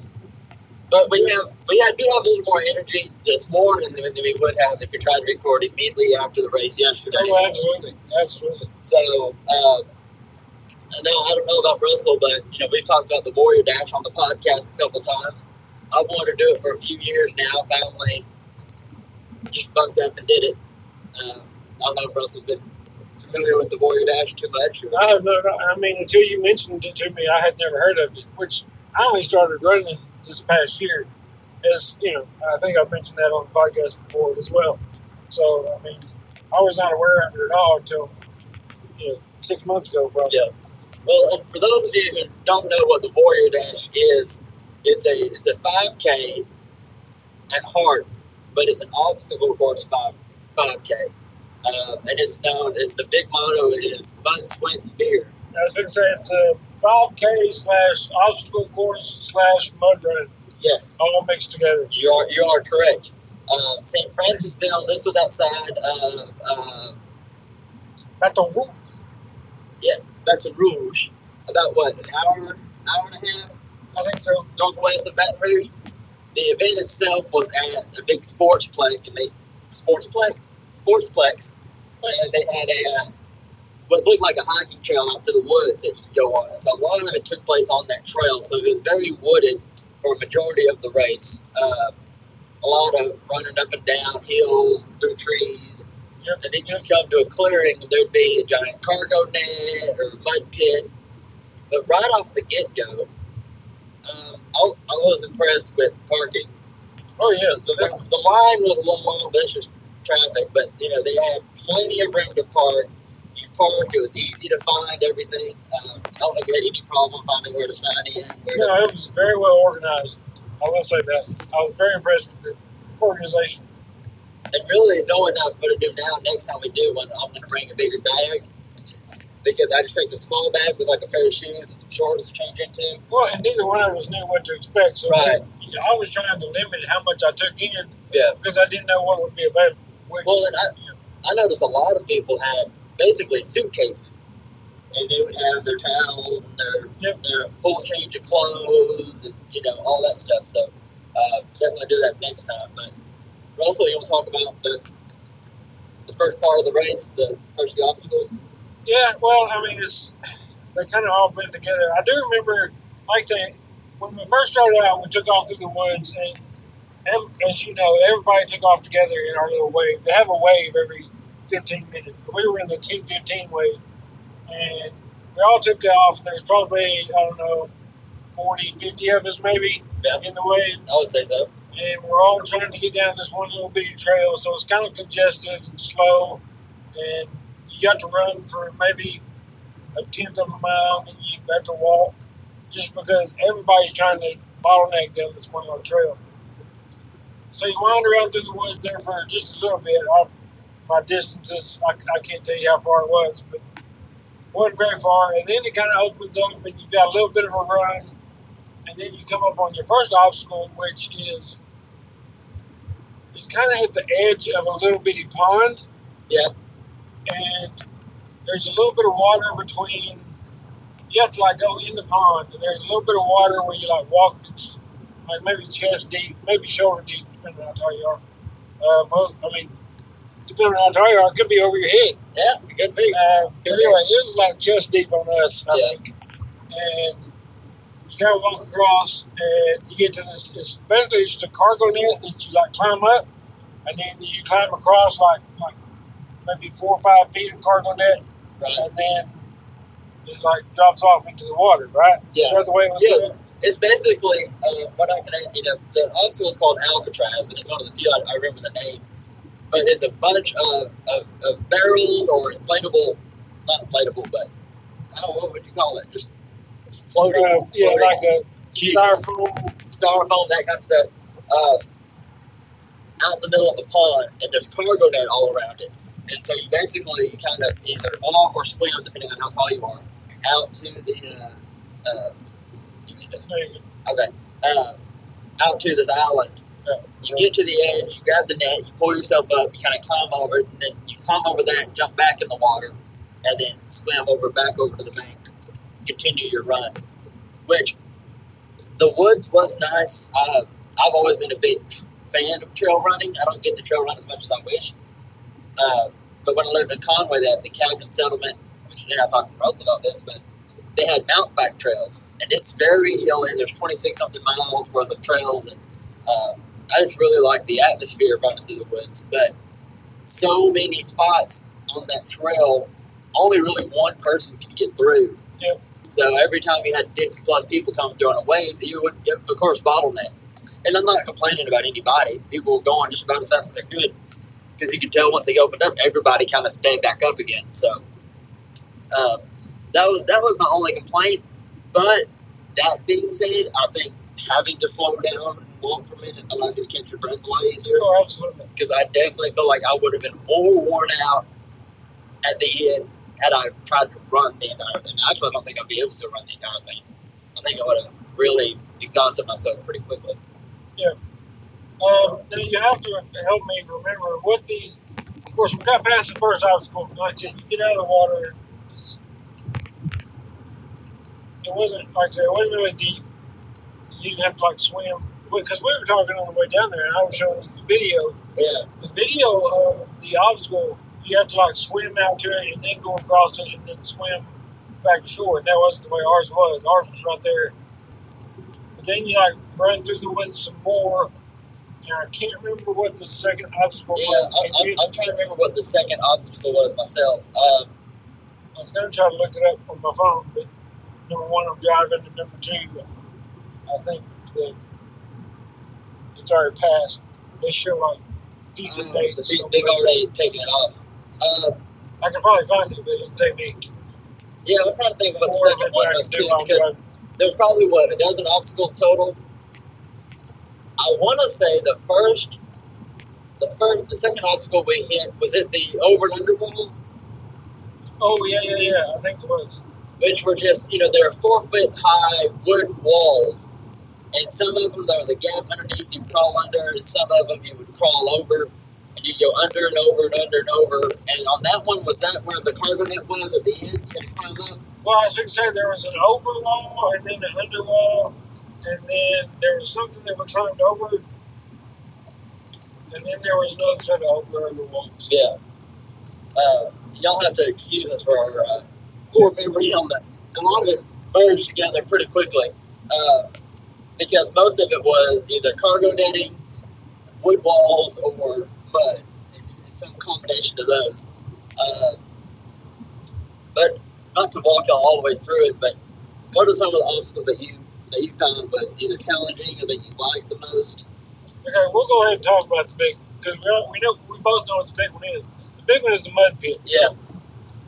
Speaker 5: But we have we had, do have a little more energy this morning than we would have if you tried to record immediately after the race yesterday.
Speaker 6: oh, absolutely, absolutely.
Speaker 5: So uh, I know I don't know about Russell, but you know we've talked about the Warrior Dash on the podcast a couple times. I've wanted to do it for a few years now. Finally, just bucked up and did it. Uh, I don't know if Russell's been familiar with the Warrior Dash too much. Or,
Speaker 6: I have no. I mean, until you mentioned it to me, I had never heard of it. Which I only started running this past year. As you know, I think I've mentioned that on the podcast before as well. So I mean, I was not aware of it at all until you know six months ago, probably.
Speaker 5: Yeah. Well, and for those of you who don't know what the Warrior Dash is, it's a it's a 5K at heart, but it's an obstacle course 5 5K, uh, and it's known. and The big motto is mud, sweat, and beer.
Speaker 6: I was going to say it's a 5K slash obstacle course slash mud run,
Speaker 5: Yes,
Speaker 6: all mixed together.
Speaker 5: you are you are correct. Um, St. Francisville. This was outside of uh,
Speaker 6: Baton Rouge,
Speaker 5: Baton Rouge, about what an hour, hour and a half
Speaker 6: I think so.
Speaker 5: northwest of Baton Rouge. The event itself was at a big sports plank, and they sports plank, sportsplex, and they had a uh, what looked like a hiking trail out to the woods that you could go on. So a lot of it took place on that trail, so it was very wooded for a majority of the race. Uh, a lot of running up and down hills through trees,
Speaker 6: Yep.
Speaker 5: and then you'd come to a clearing, and there'd be a giant cargo net or mud pit. But right off the get go, um, I, I was impressed with parking.
Speaker 6: Oh, yes.
Speaker 5: The, the line was a little long, but it's just traffic. But you know, they had plenty of room to park. You parked; it was easy to find everything. Um, I don't think we had any problem finding where to sign in. Where to,
Speaker 6: No, it was very well organized. I will say that. I was very impressed with the organization.
Speaker 5: and really, knowing what I'm going to do now, next time we do one, I'm going to bring a bigger bag because I just take a small bag with like a pair of shoes and some shorts to change into.
Speaker 6: Well, and neither one of us knew what to expect. So
Speaker 5: Right.
Speaker 6: I was trying to limit how much I took in
Speaker 5: Yeah.
Speaker 6: because I didn't know what would be available. Which,
Speaker 5: Well, and I, I noticed a lot of people had basically suitcases, and they would have their towels and their
Speaker 6: Yep.
Speaker 5: their full change of clothes and you know all that stuff. So uh, definitely do that next time. But Russell, you want to talk about the the first part of the race, the first few obstacles?
Speaker 6: Yeah, well, I mean, it's they kind of all blend together. I do remember, like I say, when we first started out, we took off through the woods, and ev- as you know, everybody took off together in our little wave. They have a wave every 15 minutes. We were in the 10 15 wave, and we all took off, and there's probably, I don't know, 40, 50 of us maybe
Speaker 5: Yeah.
Speaker 6: in the wave
Speaker 5: I would say so.
Speaker 6: and we're all trying to get down this one little bitty trail, so it's kind of congested and slow, and you got to run for maybe a tenth of a mile, then you have to walk, just because everybody's trying to bottleneck them that's going on the trail. So you wander around through the woods there for just a little bit. I, my distances, I, I can't tell you how far it was, but wasn't very far. And then it kind of opens up, and you've got a little bit of a run, and then you come up on your first obstacle, which is it's kind of at the edge of a little bitty pond.
Speaker 5: Yeah.
Speaker 6: And there's a little bit of water between. You have to like go in the pond, and there's a little bit of water where you like walk. It's like maybe chest deep, maybe shoulder deep, depending on how tall you are. Uh, mo- I mean, depending on how tall you are, it could be over your head.
Speaker 5: Yeah, it could be.
Speaker 6: Uh, but anyway, it was like chest deep on us, I
Speaker 5: Yeah.
Speaker 6: think. And you kind of walk across, and you get to this. It's basically just a cargo net that you like climb up, and then you climb across like like maybe four or five feet of cargo net,
Speaker 5: Right.
Speaker 6: and then it like drops off into the water, right?
Speaker 5: Yeah.
Speaker 6: Is that the way it was?
Speaker 5: Yeah.
Speaker 6: set?
Speaker 5: It's basically uh, what I can, you know, the obstacle is called Alcatraz, and it's one of the few I, I remember the name. But it's a bunch of, of, of barrels or inflatable, not inflatable, but I don't know what would you call it, just floating,
Speaker 6: Uh, yeah,
Speaker 5: floating
Speaker 6: like a
Speaker 5: cubes,
Speaker 6: styrofoam.
Speaker 5: styrofoam, that kind of stuff, uh, out in the middle of a pond, and there's cargo net all around it. And so you basically kind of either walk or swim, depending on how tall you are, out to the uh, uh, you mean the
Speaker 6: thing.
Speaker 5: Okay. Uh, out to this island. You get to the edge, you grab the net, you pull yourself up, you kind of climb over it, and then you climb over there and jump back in the water, and then swim over back over to the bank to continue your run. Which the woods was nice. Uh, I've always been a big tr- fan of trail running. I don't get to trail run as much as I wish. Uh, but when I lived in Conway, they had the Calgon settlement, which you know, I talked to Russell about this, but they had mountain bike trails, and it's very hilly. There's 26 something miles worth of trails, and uh, I just really like the atmosphere of running through the woods. But so many spots on that trail, only really one person can get through.
Speaker 6: Yep.
Speaker 5: So every time you had 50 plus people coming through on a wave, you would, you- of course, bottleneck. And I'm not complaining about anybody. People were going just about as fast as they could because you could tell once they opened up, everybody kind of sped back up again. So um, that was that was my only complaint. But that being said, I think having to slow down and walk for a minute allows you to catch your breath a lot easier.
Speaker 6: Oh, absolutely.
Speaker 5: Because I definitely feel like I would have been more worn out at the end had I tried to run the entire thing. I actually don't think I'd be able to run the entire thing. I think I would have really exhausted myself pretty quickly.
Speaker 6: Um, now you have to help me remember what the. Of course, we got past the first obstacle. Like I said, you get out of the water. It's, it wasn't like I said, it wasn't really deep. You didn't have to like swim because we were talking on the way down there, and I was showing you the video.
Speaker 5: Yeah,
Speaker 6: The video of the obstacle, you have to like swim out to it and then go across it and then swim back to shore. And that wasn't the way ours was. Ours was right there. But then you like run through the woods some more. And I can't remember what the second obstacle
Speaker 5: yeah.
Speaker 6: was.
Speaker 5: I,
Speaker 6: Can you-
Speaker 5: I'm, I'm trying to remember what the second obstacle was myself. Um,
Speaker 6: I was going to try to look it up on my phone, but number one, I'm driving, and number two, I think the it's already passed. They show like future
Speaker 5: Uh,
Speaker 6: dates.
Speaker 5: they- they've already taken it off. Uh,
Speaker 6: I can probably find it, but it'll take me.
Speaker 5: yeah, I'm trying to think of what the
Speaker 6: four
Speaker 5: second
Speaker 6: minutes
Speaker 5: one
Speaker 6: I can
Speaker 5: was
Speaker 6: do
Speaker 5: too,
Speaker 6: while I'm
Speaker 5: because
Speaker 6: driving.
Speaker 5: there's probably what a dozen obstacles total. I want to say the first, the first, the second obstacle we hit was it the over and under walls,
Speaker 6: Oh yeah, yeah, yeah. I think it was.
Speaker 5: which were just you know they're four foot high wood walls, and some of them there was a gap underneath you crawl under, and some of them you would crawl over, and you go under and over and under and over. And on that one was that where the cargo net was at the end, you had to climb up.
Speaker 6: Well, I was going to say there was an over wall and then an under wall, and then there was something that we climbed over, and then there was another set of over under walls.
Speaker 5: Yeah. Uh, y'all have to excuse us for our uh, poor memory on that. A lot of it merged together pretty quickly uh, because most of it was either cargo netting, wood walls, or mud. It's it's some combination of those. Uh, but not to walk y'all all the way through it, but what are some of the obstacles that you that you found was either challenging or that you liked the most?
Speaker 6: Okay, we'll go ahead and talk about the big because we, all- we know we both know what the big one is. The big one is the mud pit.
Speaker 5: Yeah,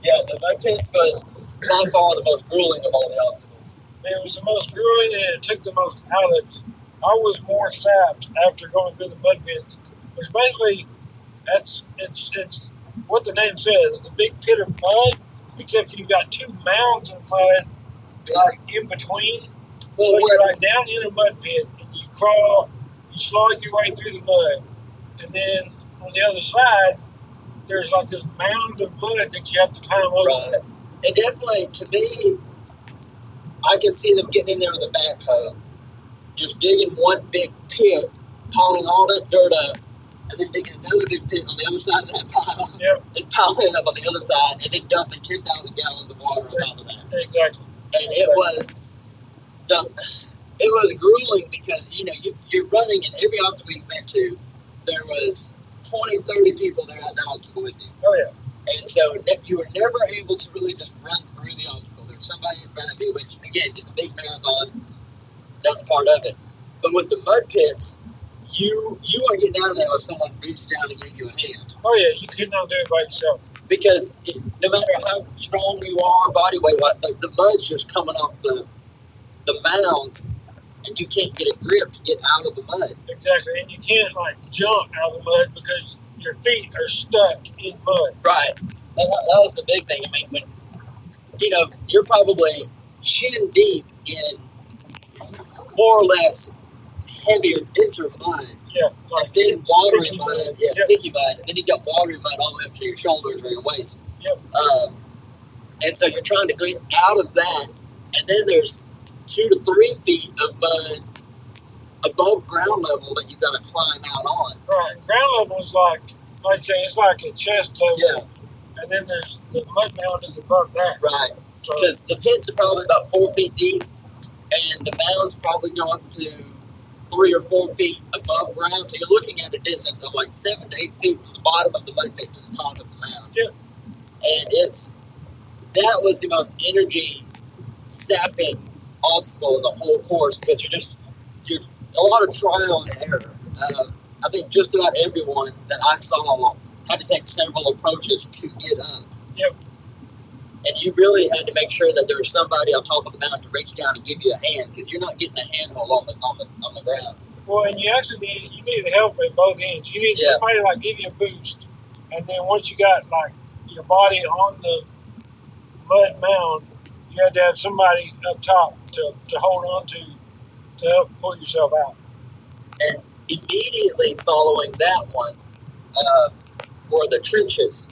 Speaker 5: yeah. The mud pits was by far the most grueling of all the obstacles.
Speaker 6: It was the most grueling and it took the most out of you. I was more sapped after going through the mud pits, which basically that's it's it's what the name says. It's a big pit of mud, except you've got two mounds of mud like in between.
Speaker 5: Well,
Speaker 6: so
Speaker 5: where,
Speaker 6: you're like down in a mud pit and you crawl, you slog your way through the mud, and then on the other side there's like this mound of mud that you have to climb over.
Speaker 5: right. uh, And definitely, to me, I can see them getting in there with a backhoe, just digging one big pit, piling all that dirt up, and then digging another big pit on the other side of that pile,
Speaker 6: Yep.
Speaker 5: and piling it up on the other side, and then dumping 10,000 gallons of water on top of that.
Speaker 6: Exactly.
Speaker 5: and it was the it was grueling because you know you, you're running and every obstacle you went to there was 20 30 people there at that obstacle with you
Speaker 6: Oh yeah.
Speaker 5: and so ne- you were never able to really just run through the obstacle there's somebody in front of you which again it's a big marathon that's part of it but with the mud pits you you are getting out of there if someone reached down and gave you a hand
Speaker 6: Oh yeah. You could not do it by yourself.
Speaker 5: because it, no matter how strong you are, body weight, like the, the mud's just coming off the the mounds, and you can't get a grip to get out of the mud.
Speaker 6: Exactly. And you can't like jump out of the mud because your feet are stuck in mud.
Speaker 5: Right. That, that was the big thing. I mean, when you know you're probably shin deep in more or less heavier, denser mud,
Speaker 6: Yeah. Like
Speaker 5: and then
Speaker 6: it's
Speaker 5: watery
Speaker 6: sticky
Speaker 5: mud,
Speaker 6: mud.
Speaker 5: yeah,
Speaker 6: Yep.
Speaker 5: sticky mud, and then you got watery mud all the way up to your shoulders or your waist.
Speaker 6: Yep.
Speaker 5: Um, and so you're trying to get out of that, and then there's two to three feet of mud above ground level that you got to climb out on.
Speaker 6: Right. Ground level is like, like I say, it's like a chest level.
Speaker 5: Yeah.
Speaker 6: And then there's the mud mound is above that.
Speaker 5: Right,
Speaker 6: So
Speaker 5: because the pits are probably about four feet deep, and the mound's probably going to three or four feet above ground. So you're looking at a distance of like seven to eight feet from the bottom of the mud pit to the top of the mound.
Speaker 6: Yeah.
Speaker 5: and it's that was the most energy sapping obstacle in the whole course because you're just you're a lot of trial and error. Uh, I think just about everyone that I saw had to take several approaches to get up.
Speaker 6: Yep.
Speaker 5: And you really had to make sure that there was somebody on top of the mountain to reach down and give you a hand because you're not getting a handhold on the on the, on the ground.
Speaker 6: well, and you actually need you need help at both ends. You need
Speaker 5: Yeah.
Speaker 6: somebody to, like give you a boost, and then once you got like your body on the mud mound, you had to have somebody up top to, to hold on to to help pull yourself out.
Speaker 5: And immediately following that one uh, were the trenches.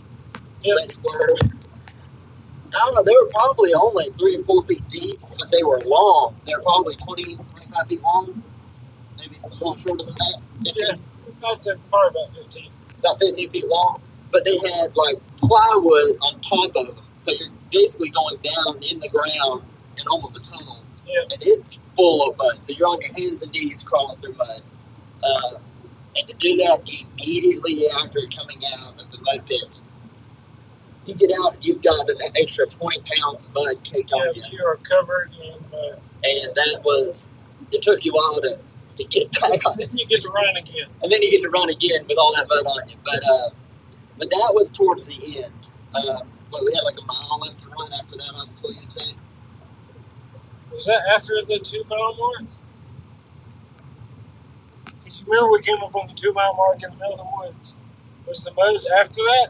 Speaker 6: Yep.
Speaker 5: which were I don't know, they were probably only three or four feet deep, but they were long. They were probably 20, 25 feet long, maybe a little shorter than that, 15,
Speaker 6: Yeah. That's a, probably about fifteen.
Speaker 5: about 15 feet long. But they had like plywood on top of them. So you're basically going down in the ground in almost a tunnel.
Speaker 6: Yeah.
Speaker 5: And it's full of mud. So you're on your hands and knees crawling through mud. Uh, and to do that immediately after coming out of the mud pits, you get out, you've got an extra 20 pounds of mud caked
Speaker 6: Yeah,
Speaker 5: on you.
Speaker 6: you are covered, and uh,
Speaker 5: And that was, it took you a while to, to get back on
Speaker 6: then you get to run again.
Speaker 5: and then you get to run again with all that mud on you. But uh, but that was towards the end. Um, but we had like a mile left to run after that obstacle. You'd say
Speaker 6: Was that after the two mile mark? Because you remember we came up on the two mile mark in the middle of the woods. Was the mud after that?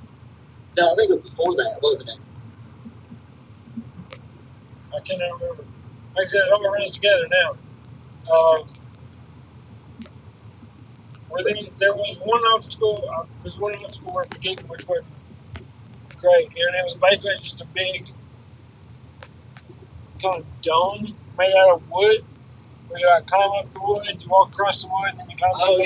Speaker 5: no, I think it was before that, wasn't it?
Speaker 6: I cannot remember. Like I said, it all runs together now. Um, were they, there was one obstacle, uh, there's one obstacle worth getting, which wasn't great. And it was basically just a big kind of dome made out of wood. Where you like climb up the wood, you walk across the wood, and then you climb
Speaker 5: Oh
Speaker 6: up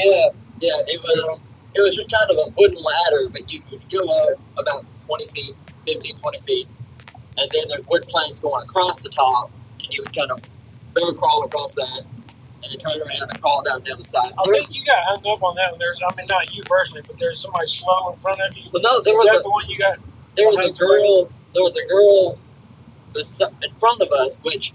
Speaker 6: the
Speaker 5: yeah, yeah. It was it was just kind of a wooden ladder, but you would go up about 20 feet, 15, 20 feet, and then there's wood planks going across the top, and you would kind of bear crawl across that, and then turn around and crawl down the other side.
Speaker 6: I think you got hung up on that one. There's, I mean, not you personally, but there's somebody slow in front of you.
Speaker 5: Well, no, there
Speaker 6: Is
Speaker 5: was
Speaker 6: that
Speaker 5: a
Speaker 6: the one you got?
Speaker 5: there was a girl there was a girl bes- in front of us which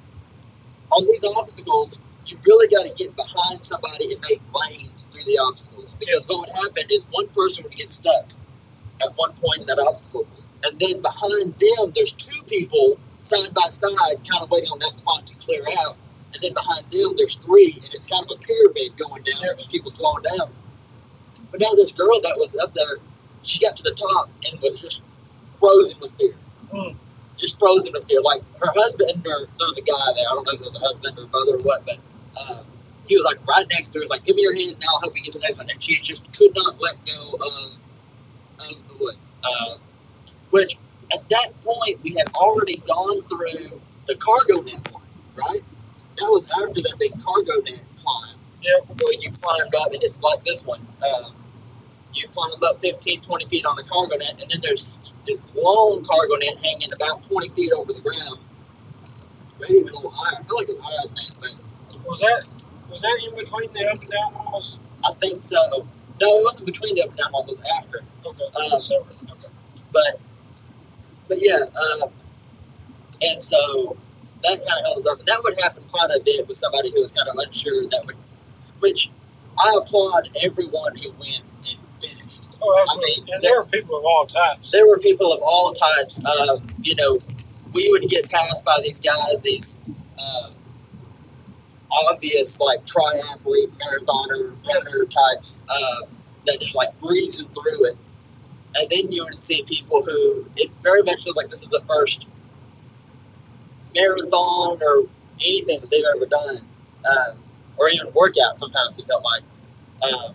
Speaker 5: on these obstacles you really got to get behind somebody and make lanes through the obstacles because what would happen is one person would get stuck at one point in that obstacle and then behind them there's two people side by side, kind of waiting on that spot to clear out. And then behind them, there's three, and it's kind of a pyramid going down because people slowing down. But now this girl that was up there, she got to the top and was just frozen with fear.
Speaker 6: Mm.
Speaker 5: Just frozen with fear. Like her husband, or there was a guy there. I don't know if it was a husband or brother or what, but um, he was like right next to her. He was like, "Give me your hand, and I'll help you get to the next one." And she just could not let go of of the wood. Uh, which at that point we had already gone through the cargo net one, right? That was after that big cargo net climb
Speaker 6: Yeah.
Speaker 5: where you climb up and it's like this one. Um, you climb up 15, 20 feet on a cargo net, and then there's this long cargo net hanging about 20 feet over the ground. Maybe even a little higher. I feel like it's higher than that, but
Speaker 6: Was that was that in between the up and down walls?
Speaker 5: I think so. No, it wasn't between the up and down walls, it was after.
Speaker 6: Okay.
Speaker 5: Uh,
Speaker 6: separate. Okay.
Speaker 5: but but yeah, um, and so that kind of held us up. And that would happen quite a bit with somebody who was kind of unsure. That would, which I applaud everyone who went and finished.
Speaker 6: Oh,
Speaker 5: I
Speaker 6: absolutely.
Speaker 5: mean,
Speaker 6: and there are people of all types.
Speaker 5: There were people of all types. Um, you know, we would get passed by these guys, these um, obvious like triathlete, marathoner, runner types um, that just like breezing through it. And then you would see people who it very much looked like this is the first marathon or anything that they've ever done, um, or even workout. Sometimes it felt like. Um,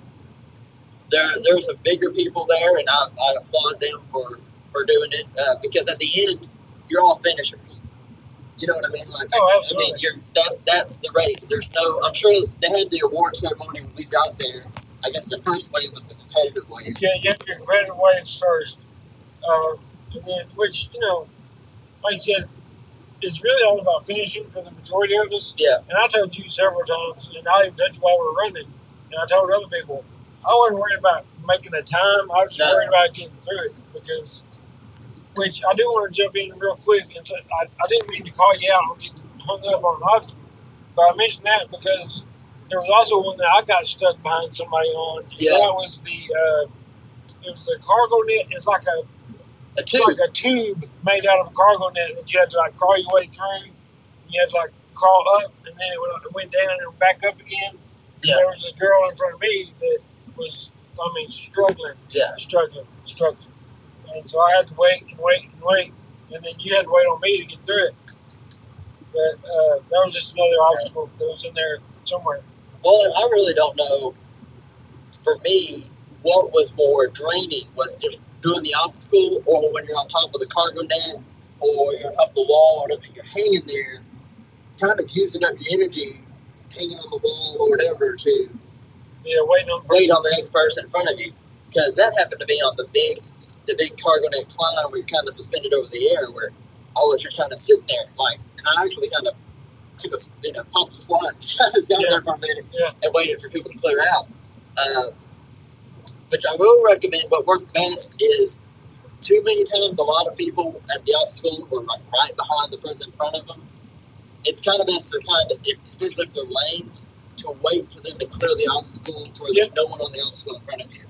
Speaker 5: there, there were some bigger people there, and I, I applaud them for, for doing it uh, because at the end, you're all finishers. You know what I mean? Like,
Speaker 6: Oh,
Speaker 5: I mean,
Speaker 6: absolutely.
Speaker 5: you're, that's that's the race. There's no. I'm sure they had the award ceremony when we got there. I guess the first wave was the competitive wave.
Speaker 6: Yeah, you have your credit waves first, um, and then which you know, like I said, it's really all about finishing for the majority of us.
Speaker 5: Yeah.
Speaker 6: And I told you several times, and I even told you while we were running, and I told other people, I wasn't worried about making a time. I was just
Speaker 5: No.
Speaker 6: worried about getting through it because, which I do want to jump in real quick and say, I, I didn't mean to call you out on getting hung up on an obstacle, but I mentioned that because there was also one that I got stuck behind somebody on. and
Speaker 5: Yeah.
Speaker 6: That was the, uh, it was the cargo net. It's like a
Speaker 5: A
Speaker 6: it's
Speaker 5: two.
Speaker 6: like a tube made out of a cargo net that you had to like crawl your way through. You had to like crawl up, and then it went, it went down and back up again.
Speaker 5: Yeah.
Speaker 6: There was this girl in front of me that was, I mean, struggling,
Speaker 5: Yeah.
Speaker 6: struggling, struggling, and so I had to wait and wait and wait, and then you had to wait on me to get through it. But uh, that was just another obstacle that was in there somewhere.
Speaker 5: Well, and I really don't know. For me, what was more draining was just doing the obstacle, or when you're on top of the cargo net, or you're on top of the wall, or whatever, you're hanging there, kind of using up your energy, hanging on the wall or whatever to
Speaker 6: Yeah, waiting on.
Speaker 5: wait on the next person in front of you. Because that happened to be on the big, the big cargo net climb where you're kind of suspended over the air, where I was just kind of sitting there, like, and I actually kind of took a, you know, popped a squat, kind of sat there for a minute,
Speaker 6: Yeah.
Speaker 5: and waited for people to clear out. Uh, which I will recommend. What worked best is too many times a lot of people at the obstacle were like right behind the person in front of them. It's kind of best to kind of, if, especially if they're lanes, to wait for them to clear the obstacle to where there's no one on the obstacle in front of you.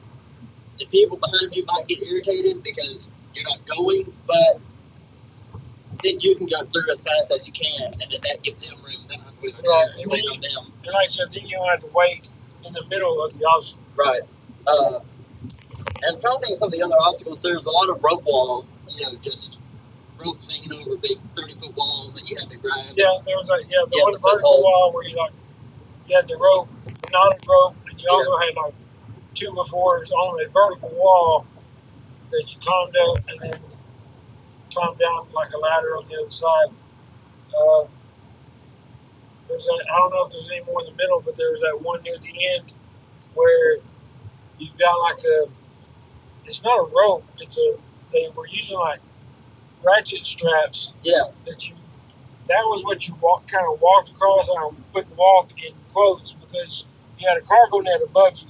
Speaker 5: The people behind you might get irritated because you're not going, but then you can go through as fast as you can, and then that gives them room. They don't have to wait on
Speaker 6: Right.
Speaker 5: you. You wait on them.
Speaker 6: And like I said, then you had to wait in the middle of the obstacle.
Speaker 5: Right. Uh, and probably some of the other obstacles, there's a lot of rope walls, you know, just ropes hanging over big 30 foot walls that you had to grab.
Speaker 6: Yeah, there was like yeah, the
Speaker 5: Yeah,
Speaker 6: one
Speaker 5: the
Speaker 6: vertical
Speaker 5: footholds.
Speaker 6: wall where you like you had the rope, knotted rope, and you also had like two or fours on a vertical wall that you climbed up and then climbed down like a ladder on the other side. Uh, there's that, I don't know if there's any more in the middle, but there was that one near the end where you've got like a it's not a rope, it's a they were using like ratchet straps
Speaker 5: Yeah.
Speaker 6: that you that was what you walk kind of walked across and I'm putting walk in quotes because you had a cargo net above you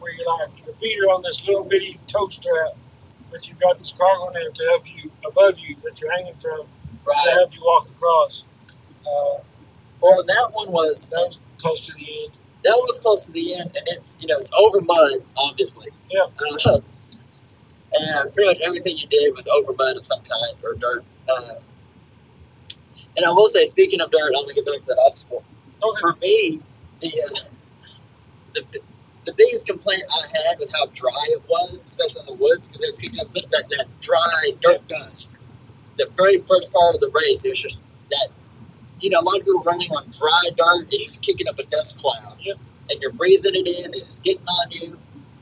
Speaker 6: where you're like your feet are on this little bitty toe strap but you've got this cargo net to help you above you that you're hanging from to
Speaker 5: Right.
Speaker 6: help you walk across. Uh,
Speaker 5: Well, that one was,
Speaker 6: that was close to the end.
Speaker 5: that was close to the end, and it's, you know, it's over mud, obviously.
Speaker 6: Yeah.
Speaker 5: Uh, and pretty much everything you did was over mud of some kind or dirt. Uh, And I will say, speaking of dirt, I'm gonna get back to that obstacle.
Speaker 6: Okay.
Speaker 5: For me, the uh, the the biggest complaint I had was how dry it was, especially in the woods, because they was picking up such like that dry dirt dust. The very first part of the race, it was just that. You know, a lot of people running on dry dirt is just kicking up a dust cloud,
Speaker 6: Yep.
Speaker 5: and you're breathing it in, and it's getting on you.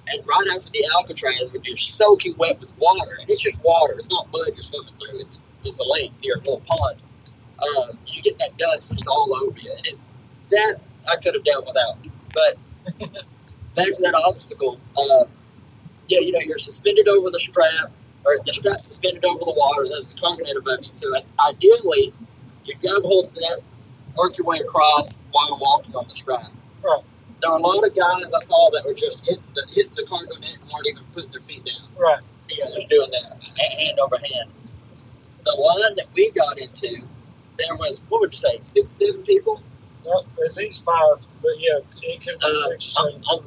Speaker 5: And right after the Alcatraz, when you're soaking wet with water, and it's just water, it's not mud you're swimming through, it's, it's a lake or a little pond um, you get that dust just all over you. And it, that I could have dealt without. But back to that obstacle. Uh, yeah, you know, you're suspended over the strap, or the strap suspended over the water. That's the concrete above you. So ideally, you grab hold of that, work your way across while walking on the strap.
Speaker 6: Right.
Speaker 5: There are a lot of guys I saw that were just hitting the, hitting the cargo net and weren't even putting their feet down
Speaker 6: Right.
Speaker 5: you know, just doing that ha- hand over hand. The line that we got into, there was what would you say, six, seven people?
Speaker 6: Well, at least five, but yeah, it could
Speaker 5: Uh,
Speaker 6: be six or
Speaker 5: I'm,
Speaker 6: seven.
Speaker 5: I'm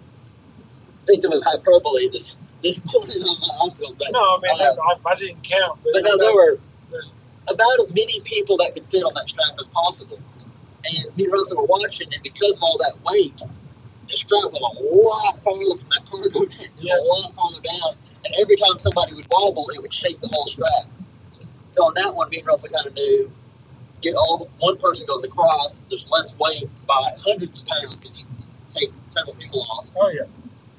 Speaker 5: victim of hyperbole this this morning on my obstacles, but
Speaker 6: No, I mean,
Speaker 5: uh,
Speaker 6: I, I didn't count, but,
Speaker 5: but no, there
Speaker 6: that-
Speaker 5: were
Speaker 6: there's-
Speaker 5: about as many people that could fit on that strap as possible. And me and Russell were watching, and because of all that weight, the strap was a lot farther from that cargo net,
Speaker 6: Yeah.
Speaker 5: a lot farther down. And every time somebody would wobble, it would shake the whole strap. So on that one, me and Russell kind of knew get all one person goes across, there's less weight by hundreds of pounds if you take several people off
Speaker 6: oh yeah,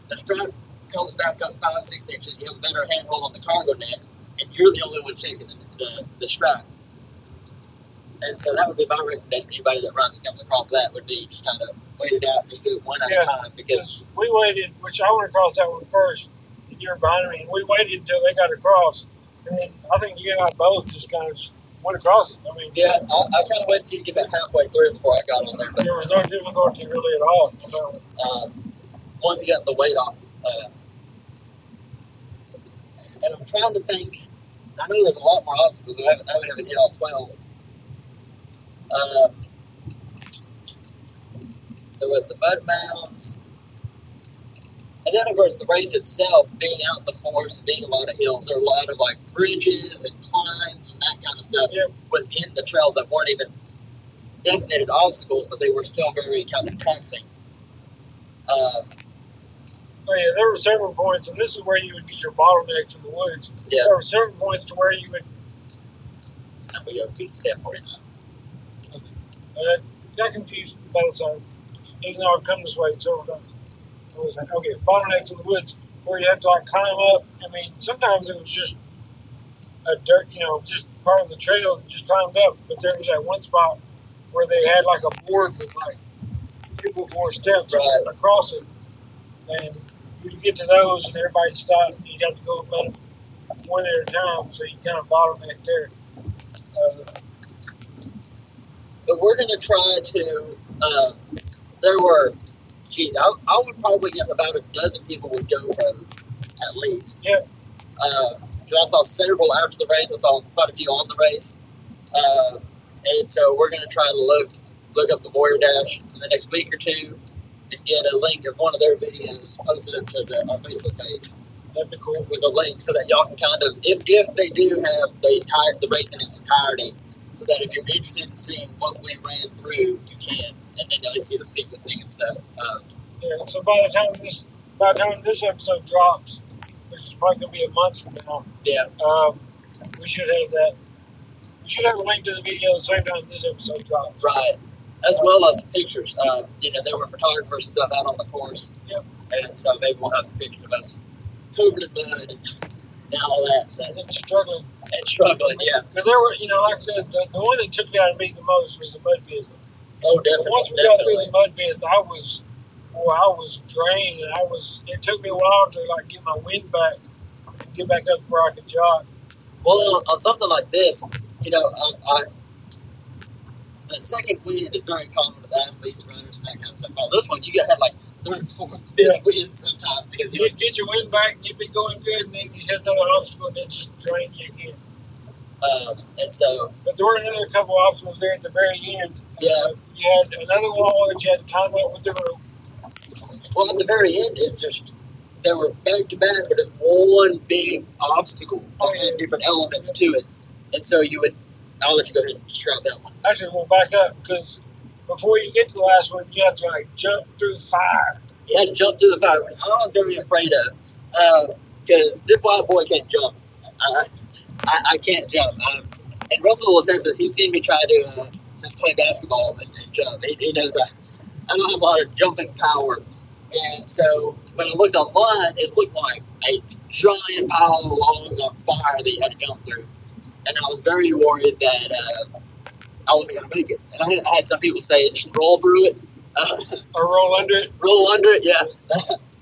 Speaker 5: the strap comes back up five, six inches. You have a better handhold on the cargo net, and you're the only one shaking the, the, the strap. And so that would be my recommendation. Anybody that runs and comes across that would be just kind of wait it out, just do it one at
Speaker 6: Yeah.
Speaker 5: a time because
Speaker 6: because we waited, which I went across that one first, and you're behind me, and we waited until they got across, and then I think you and I both just kind of just went across it. I mean,
Speaker 5: yeah, I, I kind of waited till you get about halfway through before I got on there. But
Speaker 6: there was no difficulty really at all. So,
Speaker 5: um, once you got the weight off, uh, and I'm trying to think. I know there's a lot more obstacles. I haven't, I haven't hit all twelve. Um, there was the mud mounds, and then of course the race itself, being out in the forest, being a lot of hills. There are a lot of like bridges and climbs and that kind of stuff
Speaker 6: Yep.
Speaker 5: within the trails that weren't even designated obstacles, but they were still very kind of taxing. Um,
Speaker 6: oh yeah, there were several points, and this is where you would get your bottlenecks in the woods.
Speaker 5: yeah,
Speaker 6: There were several points to where you would
Speaker 5: and we go to step forty nine.
Speaker 6: uh, got confused with both sides, even though I've come this way several times. I was like, okay, bottlenecks in the woods where you have to like climb up. I mean, sometimes it was just a dirt, you know, just part of the trail that just climbed up. But there was that one spot where they had like a board with like three or four steps
Speaker 5: Right.
Speaker 6: across it, and you get to those, and everybody stopped, and you got to go about one at a time. So you kind of bottleneck there. Uh,
Speaker 5: But we're going to try to. Uh, there were, geez, I, I would probably guess about a dozen people with GoPros at least.
Speaker 6: Yeah.
Speaker 5: Uh, so I saw several after the race. I saw quite a few on the race. Uh, and so we're going to try to look look up the Warrior Dash in the next week or two and get a link of one of their videos posted up to the, our Facebook page
Speaker 6: that'd be cool.
Speaker 5: with a link so that y'all can kind of, if, if they do have the entire the race in its entirety, so that if you're interested in seeing what we ran through, you can, and then they see the sequencing and stuff. Um,
Speaker 6: Yeah. So by the time this by the time this episode drops, which is probably gonna be a month from now,
Speaker 5: yeah,
Speaker 6: um, we should have that. We should have a link to the video the same time this episode drops.
Speaker 5: right. As well as pictures. Uh, you know, there were photographers and stuff out on the course,
Speaker 6: Yep.
Speaker 5: and so maybe we'll have some pictures of us covered in mud and, and all that,
Speaker 6: And
Speaker 5: and,
Speaker 6: then struggling
Speaker 5: and struggling. Yeah.
Speaker 6: because there were, you know, like I said, the, the one that took it out of me the most was the mud pits.
Speaker 5: Oh, definitely.
Speaker 6: Once we got
Speaker 5: definitely.
Speaker 6: through the mud pits, I was, well, I was drained. and I was. It took me a while to like get my wind back and get back up to where I could jog.
Speaker 5: Well, on, on something like this, you know, I, I, the second wind is very common with athletes, runners, and that kind of stuff. On this one, you got like third, fourth, fifth
Speaker 6: Yeah.
Speaker 5: wind sometimes because
Speaker 6: You
Speaker 5: you
Speaker 6: would get your wind back and you'd be going good, and then you hit another obstacle and it just drained you again.
Speaker 5: um, and so
Speaker 6: But there were another couple of obstacles there at the very end.
Speaker 5: Yeah.
Speaker 6: Uh, you had another wall that you had to climb up with the rope.
Speaker 5: well at the very end, it's just they were back to back, but it's one big obstacle
Speaker 6: Oh,
Speaker 5: and
Speaker 6: yeah.
Speaker 5: different elements to it, and so you would I'll let you go ahead and describe that one.
Speaker 6: Actually, we'll back up because before you get to the last one, you have to like jump through fire.
Speaker 5: He had to jump through the fire, which I was very afraid of, because this white boy can't jump. I, I, I can't jump. I'm, in Russellville, Texas, he's seen me try to, uh, to play basketball and, and jump. He, he knows I, I don't have a lot of jumping power. And so when I looked online, it looked like a giant pile of logs on fire that you had to jump through. And I was very worried that uh, I wasn't going to make it. And I had, I had some people say, just roll through it. Uh,
Speaker 6: Or roll under it.
Speaker 5: roll under it. Yeah,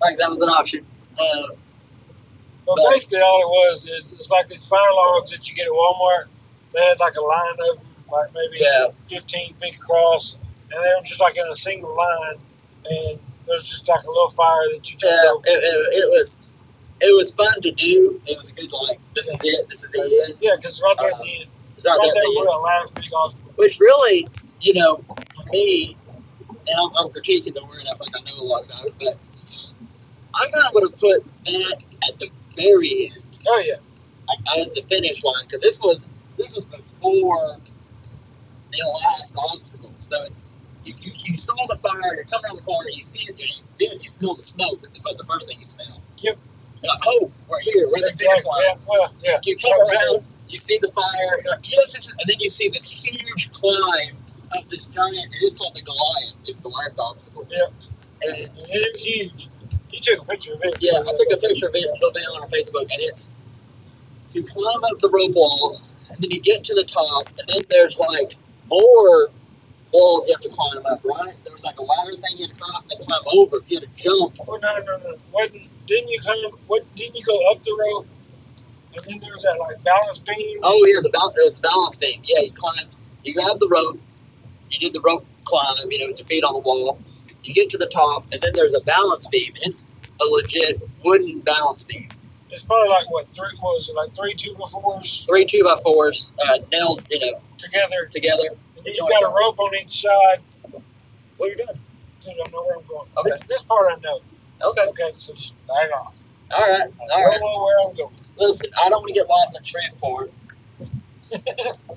Speaker 5: like that was an option. Uh,
Speaker 6: But
Speaker 5: But-
Speaker 6: basically, all it was is it's like these fire logs that you get at Walmart. They had like a line of them, like maybe
Speaker 5: Yeah.
Speaker 6: 15 feet across, and they were just like in a single line. And there's just like a little fire that you jump
Speaker 5: yeah,
Speaker 6: over.
Speaker 5: it, it, it was it was fun to do. It was a good like this is it, this is the end.
Speaker 6: Yeah, because right there at the end,
Speaker 5: It's out
Speaker 6: right
Speaker 5: Uh, there
Speaker 6: there
Speaker 5: at the
Speaker 6: you're
Speaker 5: end.
Speaker 6: the last big obstacle.
Speaker 5: Which really, you know, for me, and I'm, I'm critiquing the word. I think I know a lot about it, but I kind of would have put that at the very end,
Speaker 6: Oh yeah,
Speaker 5: like as the finish line, because this was this was before the last obstacle. So you, you, you saw the fire, you're coming around the corner, you see it, you, feel, you smell the smoke. That's about the first thing you smell.
Speaker 6: Yep.
Speaker 5: You're like, oh, we're here, we're at the finish
Speaker 6: exactly.
Speaker 5: line.
Speaker 6: Yeah, well, yeah.
Speaker 5: You come around, you see the fire, you're like, yes, this is, and then you see this huge climb up this giant, it is called the Goliath, it's the last obstacle.
Speaker 6: Yep.
Speaker 5: And
Speaker 6: It is huge. You took a picture of it.
Speaker 5: yeah, I took a picture of it and it'll be on our Facebook. And it's you climb up the rope wall, and then you get to the top, and then there's like more walls you have to climb up, right? There was like a ladder thing you had to climb up and then climb over. So you had to jump.
Speaker 6: Oh no, no, no. Wasn't didn't you come? What didn't you go up the rope? And then there was that like balance beam.
Speaker 5: Oh yeah, the balance. It was the balance thing. Yeah, you climbed. You grabbed the rope. You did the rope climb. You know, with your feet on the wall. You get to the top, and then there's a balance beam, and it's a legit wooden balance beam.
Speaker 6: It's probably like what three what was it like three two by fours
Speaker 5: Three two by fours, uh, nailed, you know,
Speaker 6: together.
Speaker 5: together.
Speaker 6: And then you've got a rope on each side.
Speaker 5: What are you doing?
Speaker 6: Dude, I know where I'm going.
Speaker 5: Okay.
Speaker 6: This, this part I know.
Speaker 5: Okay.
Speaker 6: Okay, so just back off.
Speaker 5: All right.
Speaker 6: I
Speaker 5: All
Speaker 6: don't
Speaker 5: right.
Speaker 6: know where I'm going.
Speaker 5: Listen, I don't want to get lost in Shreveport.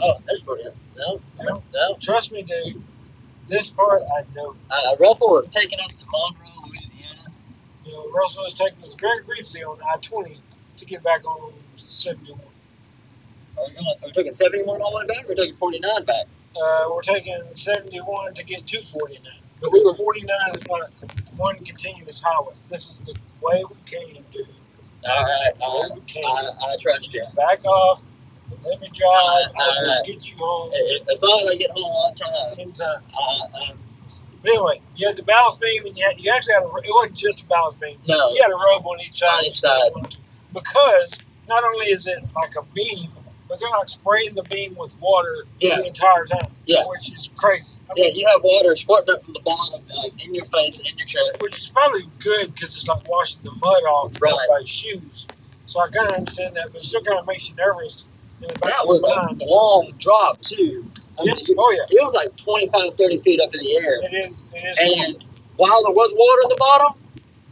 Speaker 5: oh, there's Brody. No, no, no.
Speaker 6: Trust me, dude. This part I know.
Speaker 5: Uh, Russell was taking us to Monroe, Louisiana.
Speaker 6: You know, Russell has taken us very briefly on I twenty to get back on seventy one.
Speaker 5: Are we, going, are we taking 71 all the way back? Or are we taking 49 back?
Speaker 6: Uh, we're taking seventy one to get to forty nine.
Speaker 5: But we were-
Speaker 6: Because forty nine is not one continuous highway. This is the way we came, dude.
Speaker 5: All right. All
Speaker 6: The
Speaker 5: right.
Speaker 6: way we
Speaker 5: I,
Speaker 6: came.
Speaker 5: I trust you.
Speaker 6: back off. Let me drive.
Speaker 5: Alright,
Speaker 6: I will
Speaker 5: alright.
Speaker 6: get you home
Speaker 5: If if- as long as I get home on time,
Speaker 6: in time.
Speaker 5: I, um,
Speaker 6: But anyway, you had the balance beam, and you, had, you actually had a, it wasn't just a balance beam.
Speaker 5: no,
Speaker 6: You had a rope on each side.
Speaker 5: On each side.
Speaker 6: Because not only is it like a beam, but they're like spraying the beam with water
Speaker 5: Yeah.
Speaker 6: the entire time,
Speaker 5: Yeah.
Speaker 6: which is crazy. I
Speaker 5: yeah,
Speaker 6: mean,
Speaker 5: you have water squirting up from the bottom, like in your face and in your chest.
Speaker 6: Which is probably good because it's like washing the mud off
Speaker 5: Right.
Speaker 6: by shoes. So I kind of understand that, but it still kind of makes you nervous. in the back
Speaker 5: That
Speaker 6: of
Speaker 5: was
Speaker 6: your mind.
Speaker 5: a long drop, too. I mean,
Speaker 6: Yes. Oh, yeah.
Speaker 5: It was like 25, 30 feet up in the air.
Speaker 6: It is. It is.
Speaker 5: And while there was water in the bottom,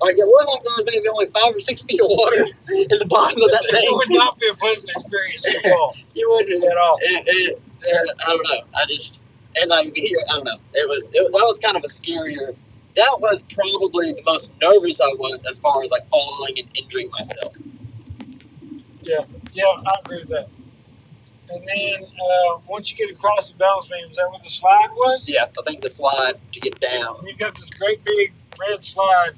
Speaker 5: like it looked like there was maybe only five or six feet of water in the bottom of that
Speaker 6: It would
Speaker 5: thing.
Speaker 6: not be a pleasant experience at all.
Speaker 5: You wouldn't
Speaker 6: At all.
Speaker 5: It, it, it, I don't know. I just and like here, I don't know. It was it, that was kind of a scarier. That was probably the most nervous I was as far as like falling and injuring myself.
Speaker 6: Yeah, I agree with that. And then uh, once you get across the balance beam, is that where the slide was?
Speaker 5: Yeah, I think the slide to get down.
Speaker 6: And you've got this great big red slide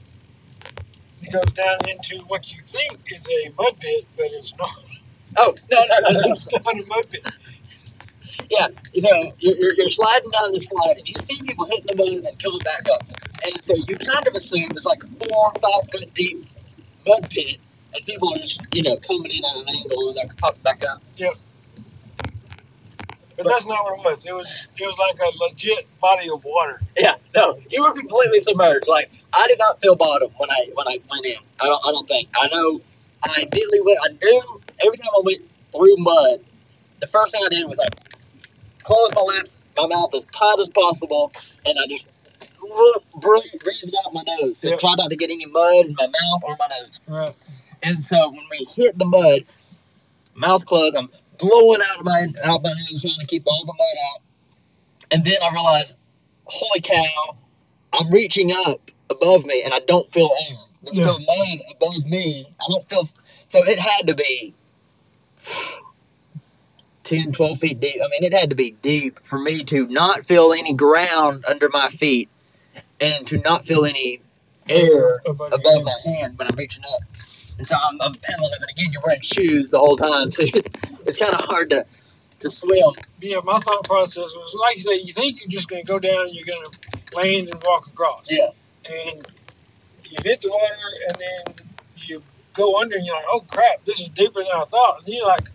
Speaker 6: that goes down into what you think is a mud pit, but it's not.
Speaker 5: Oh no no no no!
Speaker 6: it's not a mud pit.
Speaker 5: You know you're, you're, you're sliding down the slide and you see people hitting the mud and then coming back up, and so you kind of assume it's like a four or five foot deep mud pit, and people are just you know coming in at an angle and they're popping back up.
Speaker 6: But that's not what it was. It was it was like a legit body of water.
Speaker 5: Yeah, no, you were completely submerged. Like I did not feel bottom when I when I went in. I don't I don't think. I know I immediately went. I knew every time I went through mud, the first thing I did was I closed my lips, my mouth as tight as possible, and I just breathed, breathed out my nose and
Speaker 6: Yeah.
Speaker 5: tried not to get any mud in my mouth or my nose.
Speaker 6: Right.
Speaker 5: And so when we hit the mud, mouth closed, I'm blowing out of my out my hands trying to keep all the mud out. And then I realized, holy cow, I'm reaching up above me and I don't feel air. There's no mud above me. I don't feel so it had to be 10, 12 feet deep. I mean, it had to be deep for me to not feel any ground under my feet and to not feel any air
Speaker 6: Above your
Speaker 5: above my hand when I'm reaching up. And so I'm, I'm paddling up, and again, you're wearing shoes the whole time, so it's it's kind of hard to to swim.
Speaker 6: Yeah, my thought process was like you say, you think you're just going to go down, and you're going to land and walk across.
Speaker 5: Yeah.
Speaker 6: And you hit the water, and then you go under, and you're like, oh crap, this is deeper than I thought. And then you're like,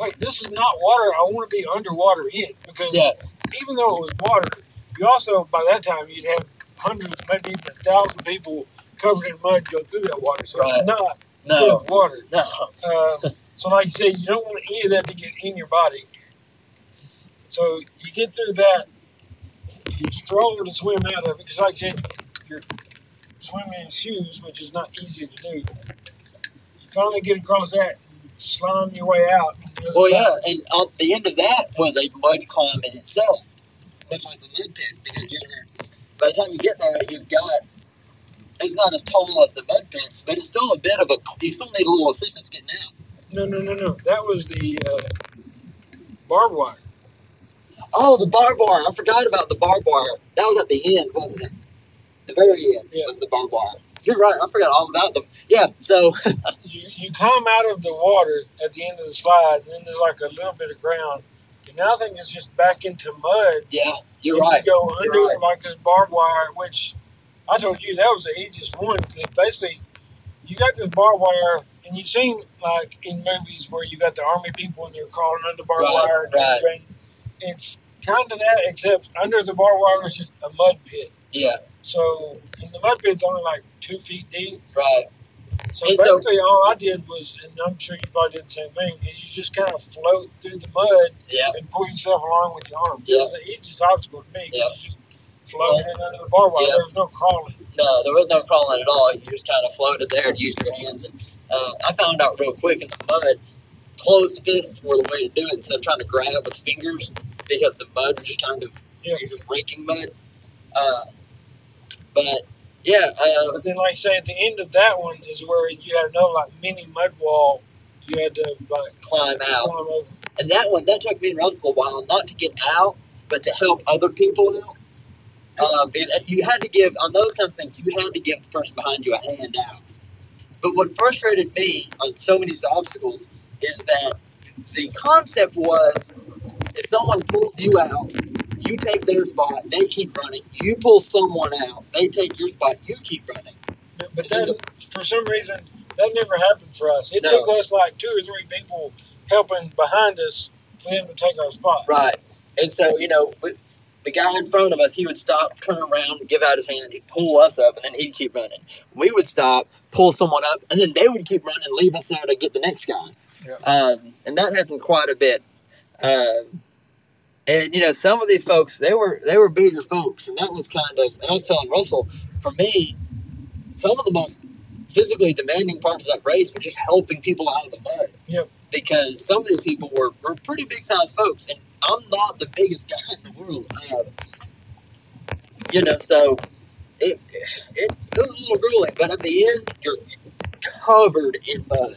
Speaker 6: wait, this is not water I want to be underwater in. Because
Speaker 5: Yeah.
Speaker 6: even though it was water, you also, by that time, you'd have hundreds, maybe even a thousand people covered in mud go through that water. So
Speaker 5: Right.
Speaker 6: it's not full
Speaker 5: No,
Speaker 6: of water.
Speaker 5: no.
Speaker 6: Uh, so, like you said, you don't want any of that to get in your body. So you get through that, you struggle to swim out of it because, like I said, you're swimming in shoes, which is not easy to do. You finally get across that, and slime your way out. on the other
Speaker 5: Well, Oh, yeah,
Speaker 6: side.
Speaker 5: and on the end of that was a mud climb in itself, much like the mud pit, because you're by the time you get there, you've got it's not as tall as the mud pits, but it's still a bit of a. You still need a little assistance getting out.
Speaker 6: No, no, no, no. That was the uh, barbed wire.
Speaker 5: Oh, the barbed wire! I forgot about the barbed wire. That was at the end, wasn't it? The very end
Speaker 6: Yeah.
Speaker 5: was the barbed wire. You're right. I forgot all about them. Yeah. So
Speaker 6: You, you climb out of the water at the end of the slide, and then there's like a little bit of ground. And now I think it's just back into mud.
Speaker 5: yeah, you're
Speaker 6: And
Speaker 5: right.
Speaker 6: You go under
Speaker 5: You're
Speaker 6: it like this barbed wire, which I told you that was the easiest one. 'cause basically, you got this barbed wire, and you've seen like in movies where you got the army people and they're crawling under barbed
Speaker 5: Right,
Speaker 6: wire. And
Speaker 5: right.
Speaker 6: everything. It's kind of that, except under the barbed wire is just a mud pit.
Speaker 5: Yeah.
Speaker 6: So, and the mud pit's only like two feet deep.
Speaker 5: Right.
Speaker 6: So
Speaker 5: And so-
Speaker 6: basically, all I did was, and I'm sure you probably did the same thing, is you just kind of float through the mud
Speaker 5: Yeah.
Speaker 6: and pull yourself along with your arms.
Speaker 5: Yeah.
Speaker 6: That was the easiest obstacle to me. 'cause
Speaker 5: Yeah.
Speaker 6: You just floated in under the barbed wire.
Speaker 5: Yeah.
Speaker 6: There was no crawling.
Speaker 5: No, there was no crawling at all. You just kind of floated there and used your hands. And uh, I found out real quick in the mud, closed fists were the way to do it instead of trying to grab with fingers because the mud was just kind of
Speaker 6: Yeah.
Speaker 5: you're just raking mud. Uh, but yeah, uh,
Speaker 6: But then, like I say, at the end of that one is where you had another like mini mud wall. You had to like
Speaker 5: climb out.
Speaker 6: climb over.
Speaker 5: And that one, that took me and Russell a while, not to get out, but to help other people out. Um, it- you had to give, on those kinds of things, you had to give the person behind you a hand out. But what frustrated me on so many of these obstacles is that the concept was if someone pulls you out, you take their spot, they keep running. You pull someone out, they take your spot, you keep running.
Speaker 6: But, but that, for some reason, that never happened for us. It
Speaker 5: No.
Speaker 6: took us like two or three people helping behind us for them to take our spot.
Speaker 5: Right. And so, you know, with the guy in front of us, he would stop, turn around, give out his hand, he'd pull us up, and then he'd keep running. We would stop, pull someone up, and then they would keep running, leave us there to get the next guy.
Speaker 6: Yeah.
Speaker 5: Um, and that happened quite a bit. Um, and you know, some of these folks, they were they were bigger folks, and that was kind of. And I was telling Russell, for me, some of the most physically demanding parts of that race were just helping people out of the mud because some of these people were, were pretty big sized folks, and I'm not the biggest guy in the world. Um, you know, so it, it it was a little grueling, but at the end, you're covered in mud.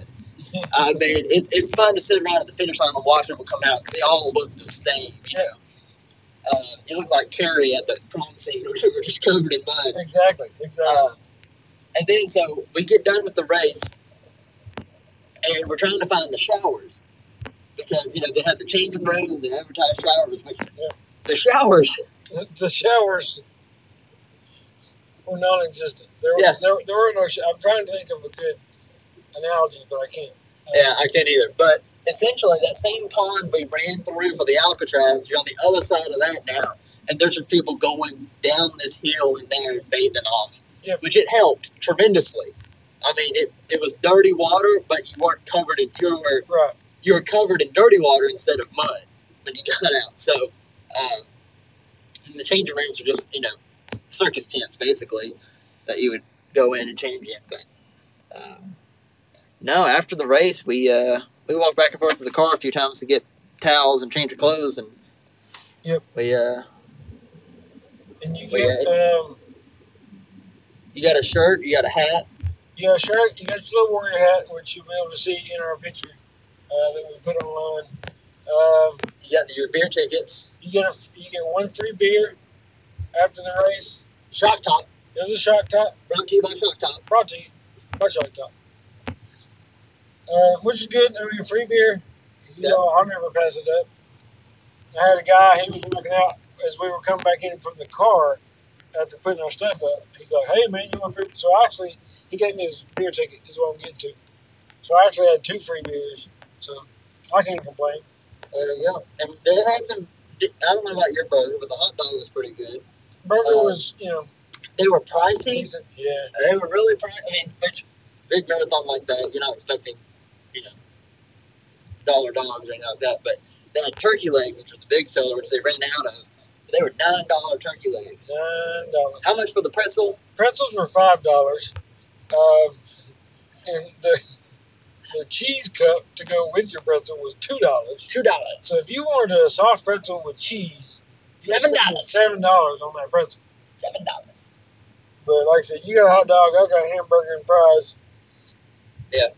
Speaker 5: I mean, it, it's fun to sit around at the finish line and watch people come out 'cause they all look the same. You know, uh, it looked like Carrie at the prom scene, or whatever, just covered in mud.
Speaker 6: Exactly. Exactly.
Speaker 5: Um, and then so we get done with the race, and we're trying to find the showers because you know they have the changing room and the advertised showers, which the showers.
Speaker 6: the, the showers were non-existent. There, were
Speaker 5: Yeah.
Speaker 6: there, there were no. Sh- I'm trying to think of a good analogy, but I can't.
Speaker 5: Yeah, I can't either. But essentially, that same pond we ran through for the Alcatraz, you're on the other side of that now, and there's just people going down this hill and there and bathing off,
Speaker 6: Yeah.
Speaker 5: which it helped tremendously. I mean, it, it was dirty water, but you weren't covered in you were
Speaker 6: Right.
Speaker 5: you were covered in dirty water instead of mud when you got out. So, uh, and the changing rooms are just you know circus tents basically that you would go in and change in. But um, no, after the race, we uh, we walked back and forth to the car a few times to get towels and change of clothes, and
Speaker 6: Yep.
Speaker 5: we uh,
Speaker 6: And you
Speaker 5: Well,
Speaker 6: get um,
Speaker 5: you got a shirt, you got a hat.
Speaker 6: you got a shirt, you got your little warrior hat, which you'll be able to see in our picture uh, that we put online. Um,
Speaker 5: You got your beer tickets.
Speaker 6: you get a you get one free beer after the race.
Speaker 5: Shock Top.
Speaker 6: There's a shock top
Speaker 5: Brought to you by Shock Top.
Speaker 6: brought to you by Shock Top, uh, which is good. I mean, free beer. You know, I'll never pass it up. I had a guy. He was working out as we were coming back in from the car after putting our stuff up. He's like, "Hey man, you want free?" So actually, he gave me his beer ticket. Is what I'm getting to. So I actually had two free beers. So I can't complain.
Speaker 5: There you go. And they had some. I don't know about your burger, but the hot dog was pretty good.
Speaker 6: Burger
Speaker 5: Uh,
Speaker 6: was, you know,
Speaker 5: They were pricey.
Speaker 6: decent. Yeah.
Speaker 5: They were really pricey. I mean, which big marathon like that, you're not expecting, you know, dollar dogs or anything like that. But they had turkey legs, which was the big seller, which they ran out of. They were nine dollar turkey legs.
Speaker 6: Nine dollars.
Speaker 5: How much for the pretzel?
Speaker 6: pretzels were five dollars, um, and the the cheese cup to go with your pretzel was two dollars.
Speaker 5: Two dollars.
Speaker 6: So if you wanted a soft pretzel with cheese, you were
Speaker 5: Seven
Speaker 6: spending
Speaker 5: dollars.
Speaker 6: Seven dollars on that pretzel.
Speaker 5: Seven dollars.
Speaker 6: But like I said, you got a hot dog. I got a hamburger and fries. It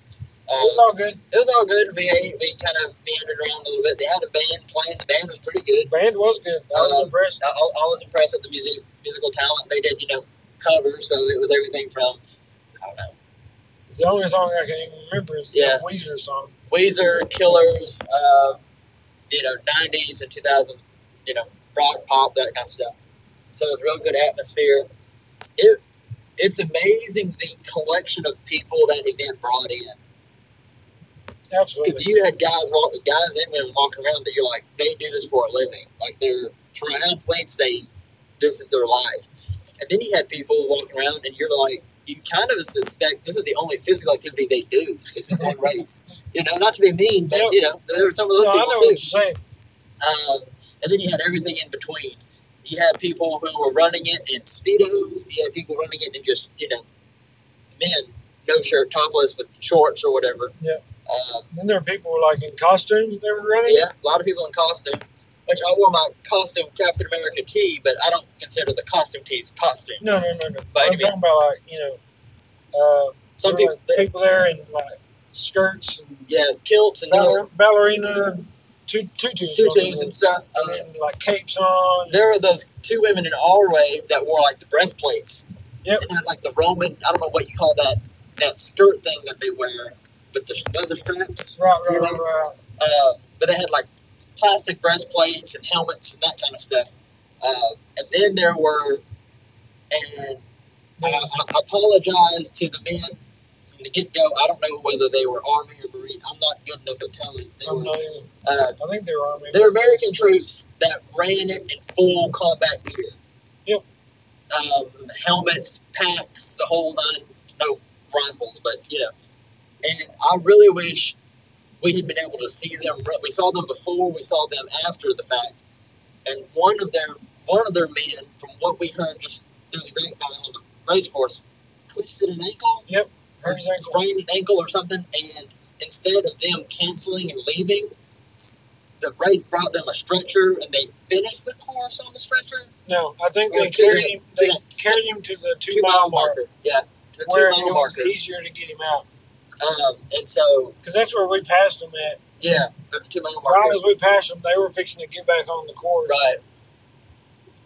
Speaker 6: was all good.
Speaker 5: Um, it was all good. We ate, we kind of meandered around a little bit. They had a band playing. The band was pretty good.
Speaker 6: Band was good. I was
Speaker 5: Um,
Speaker 6: impressed.
Speaker 5: I, I I was impressed with the music, musical talent they did. You know, covers. So it was everything from I don't know,
Speaker 6: The only song I can even remember is
Speaker 5: Yeah.
Speaker 6: the Weezer song.
Speaker 5: Weezer, Killers, uh, you know, '90s and 2000s, you know, rock, pop, that kind of stuff. So it was a real good atmosphere. It it's amazing the collection of people that event brought in.
Speaker 6: Absolutely.
Speaker 5: Because you had guys walk, guys and women walking around that you're like, they do this for a living. Like they're triathletes. They, this is their life. And then you had people walking around, and you're like, you kind of suspect this is the only physical activity they do. Is this one race? You know, not to be mean, but
Speaker 6: Yeah.
Speaker 5: you know, there were some of those
Speaker 6: No, I know
Speaker 5: people
Speaker 6: what
Speaker 5: too.
Speaker 6: you're saying.
Speaker 5: Um, and then you had everything in between. You had people who were running it in speedos. You had people running it in just you know, men no shirt, topless with shorts or whatever.
Speaker 6: Yeah.
Speaker 5: Um,
Speaker 6: Then there were people like in costume. They were running.
Speaker 5: yeah, a lot of people in costume. Which I wore my costume Captain America tee, but I don't consider the costume tees costume.
Speaker 6: No, no, no, no.
Speaker 5: By
Speaker 6: I'm
Speaker 5: any means.
Speaker 6: talking about like you know. Uh,
Speaker 5: Some
Speaker 6: There were,
Speaker 5: people,
Speaker 6: like, people there in like skirts and
Speaker 5: yeah, kilts and
Speaker 6: baller- ballerina tu- tutus,
Speaker 5: tutus and stuff.
Speaker 6: and
Speaker 5: Um,
Speaker 6: then like capes on.
Speaker 5: there were those two women in our wave that wore like the breastplates.
Speaker 6: Yep.
Speaker 5: And had like the Roman, I don't know what you call that, that skirt thing that they wear, but the leather straps.
Speaker 6: Right, right, right, right.
Speaker 5: Uh, but they had like plastic breastplates and helmets and that kind of stuff. Uh, and then there were, and I, I apologize to the men from the get go. I don't know whether they were Army or Marine. I'm not good enough at telling. They
Speaker 6: I'm
Speaker 5: were,
Speaker 6: not even,
Speaker 5: uh,
Speaker 6: I think they were army.
Speaker 5: they're American troops that ran it in full combat gear.
Speaker 6: Yep.
Speaker 5: Um, helmets, packs, the whole nine. No rifles, but you know. And I really wish we had been able to see them. run. We saw them before. We saw them after the fact. And one of their one of their men, from what we heard just through the grapevine on the race course, twisted an ankle
Speaker 6: Hurt his ankle.
Speaker 5: sprained an ankle or something, and instead of them canceling and leaving, s- the race brought them a stretcher and they finished the course on the stretcher.
Speaker 6: No, I think they
Speaker 5: Or to
Speaker 6: carried
Speaker 5: that-
Speaker 6: him.
Speaker 5: to
Speaker 6: They
Speaker 5: that
Speaker 6: carried him to the two mile marker,
Speaker 5: Yeah, to the
Speaker 6: where
Speaker 5: two
Speaker 6: it
Speaker 5: mile
Speaker 6: was
Speaker 5: marker.
Speaker 6: easier to get him out.
Speaker 5: Um, and so,
Speaker 6: Because that's where we passed him at.
Speaker 5: yeah, at the two mile
Speaker 6: Right
Speaker 5: marker.
Speaker 6: as we passed him, they were fixing to get back on the course.
Speaker 5: Right.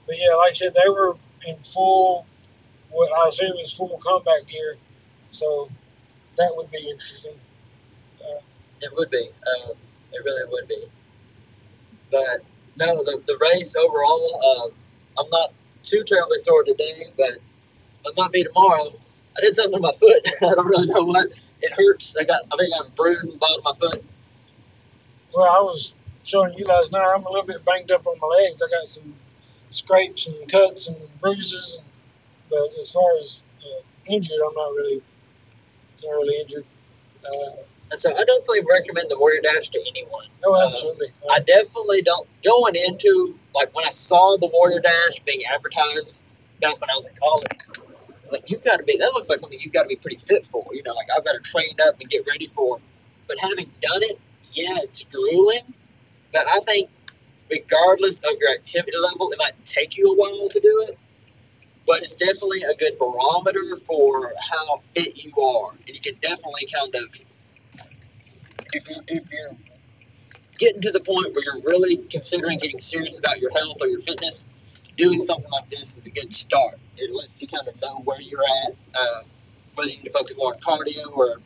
Speaker 6: But yeah, like I said, they were in full, what I assume is full combat gear. So that would be interesting.
Speaker 5: It would be. Um, it really would be. But no, the, the race overall, um, I'm not too terribly sore today, but it might be tomorrow. I did something to my foot. I don't really know what. It hurts. I got. I think I'm bruised in the bottom of my foot.
Speaker 6: Well, I was showing you last night, I'm a little bit banged up on my legs. I got some scrapes and cuts and bruises. But as far as uh, injured, I'm not really, not really injured. Uh,
Speaker 5: And so I definitely recommend the Warrior Dash to anyone.
Speaker 6: oh, absolutely.
Speaker 5: Uh, I definitely don't going into like when I saw the Warrior Dash being advertised back when I was in college. Like you've got to be that looks like something you've got to be pretty fit for. You know, like I've got to train up and get ready for. But having done it, yeah, it's grueling, But I think, regardless of your activity level, it might take you a while to do it, but it's definitely a good barometer for how fit you are. And you can definitely kind of, if, you, if you're getting to the point where you're really considering getting serious about your health or your fitness, doing something like this is a good start. It lets you kind of know where you're at, uh, whether you need to focus more on cardio or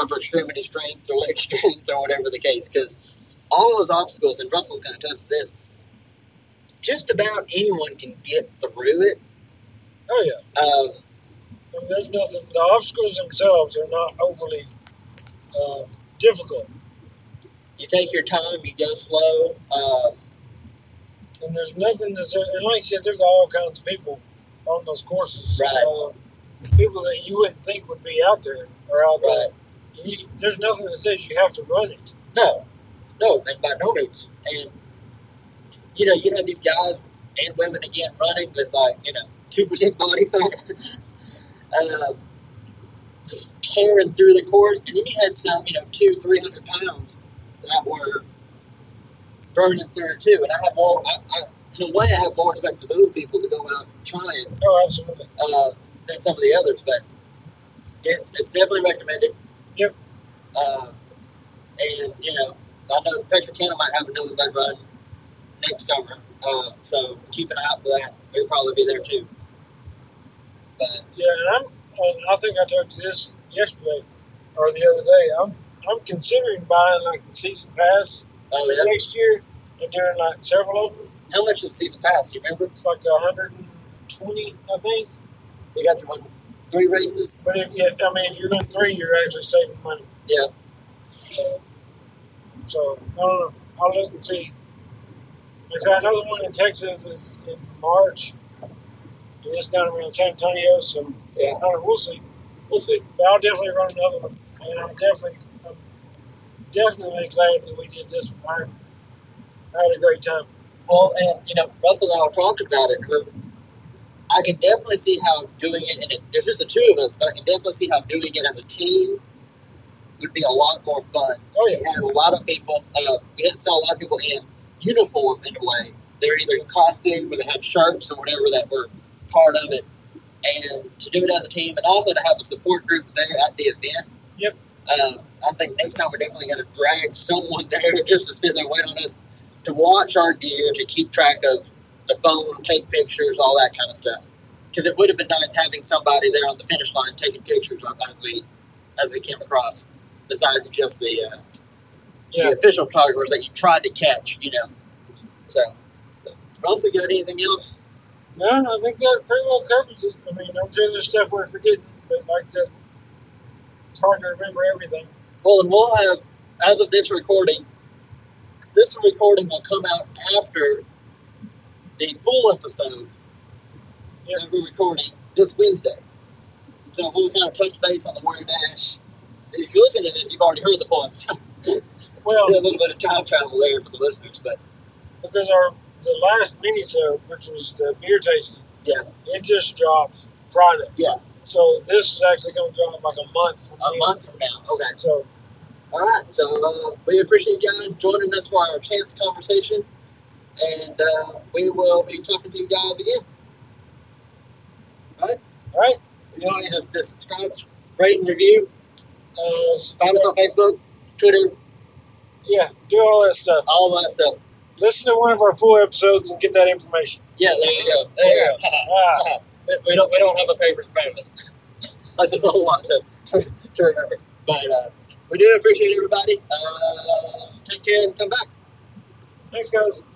Speaker 5: upper extremity strength or leg strength or whatever the case. Because all those obstacles, and Russell can attest to this, just about anyone can get through it.
Speaker 6: Oh yeah.
Speaker 5: Um,
Speaker 6: I mean, there's nothing. The obstacles themselves are not overly uh, difficult,
Speaker 5: you take your time, you go slow. Um,
Speaker 6: and there's nothing that's and like I said, there's all kinds of people on those courses.
Speaker 5: Right.
Speaker 6: Uh, people that you wouldn't think would be out there are out there.
Speaker 5: right.
Speaker 6: You, there's nothing that says you have to run it.
Speaker 5: No, no, and by no means. And you know, you have these guys and women again running with like you know two percent body fat, uh, just tearing through the course, and then you had some you know two three hundred pounds that were burning through it too. And I have more. I, I, in a way, I have more respect for those people to go out and try it
Speaker 6: Oh, absolutely.
Speaker 5: uh, than some of the others, but it, it's definitely recommended.
Speaker 6: Yep.
Speaker 5: Uh, and you know, I know Texarkana might have another mud run next summer, uh, so keep an eye out for that. It'll probably be there too. But
Speaker 6: Yeah, and I'm. Uh, I think I told you this yesterday or the other day. I'm. I'm considering buying like the season pass
Speaker 5: oh yeah,
Speaker 6: next year and doing like several of them.
Speaker 5: how much is the season pass? You remember?
Speaker 6: It's like 120, I think.
Speaker 5: So you got your one, three races.
Speaker 6: But if, yeah, I mean, if you're in three, you're actually saving money.
Speaker 5: Yeah.
Speaker 6: So I don't know. I'll look and see. Like I said, another one in Texas is in March. And it's down around San Antonio, so
Speaker 5: Yeah.
Speaker 6: I don't know, we'll see.
Speaker 5: We'll see.
Speaker 6: But I'll definitely run another one. And I'm definitely, I'm definitely glad that we did this one. I, I had a great time.
Speaker 5: Well, and you know, Russell and I were talking about it. We're- I can definitely see how doing it, and it, there's just the two of us, but I can definitely see how doing it as a team would be a lot more fun.
Speaker 6: Oh, yeah.
Speaker 5: We had a lot of people. Uh, we had saw a lot of people in uniform in a way. They're either in costume or they had shirts or whatever that were part of it. And to do it as a team, and also to have a support group there at the event.
Speaker 6: Yep.
Speaker 5: Um, I think next time we're definitely going to drag someone there just to sit there and wait on us to watch our gear, to keep track of the phone, take pictures, all that kind of stuff. Because it would have been nice having somebody there on the finish line taking pictures of- as we as we came across, besides just the uh,
Speaker 6: Yeah.
Speaker 5: the official photographers that you tried to catch, you know. So, Russell, you got anything else?
Speaker 6: No, I think that pretty well covers it. I mean, I'm sure there's stuff we're forgetting, but like I said, it's hard to remember everything.
Speaker 5: Well, and we'll have, as of this recording, this recording will come out after the full episode
Speaker 6: Yeah.
Speaker 5: that we're recording this Wednesday. So we'll kind of touch base on the Warrior Dash. If you listen to this, you've already heard the full episode.
Speaker 6: Well,
Speaker 5: Did a little bit of time travel there for the listeners, but
Speaker 6: because our the last mini show, which was the beer tasting,
Speaker 5: Yeah.
Speaker 6: it just dropped Friday.
Speaker 5: Yeah. Uh-huh.
Speaker 6: So this is actually going to drop like a month. From
Speaker 5: a
Speaker 6: now.
Speaker 5: month from now. Okay.
Speaker 6: So
Speaker 5: All right, so uh, we appreciate you guys joining us for our chance conversation, and uh, we will be talking to you guys again. All right?
Speaker 6: All right.
Speaker 5: You know, you just, just subscribe, rate, and review.
Speaker 6: uh, s-
Speaker 5: Find us on Facebook, Twitter,
Speaker 6: yeah, do all that stuff.
Speaker 5: all that stuff.
Speaker 6: Listen to one of our full episodes and get that information.
Speaker 5: Yeah, there you go. There you go.
Speaker 6: Ah,
Speaker 5: we don't we don't have a paper in front of us. like there's a whole lot to to remember, but uh, we do appreciate everybody. Uh, take care and come back.
Speaker 6: thanks, guys.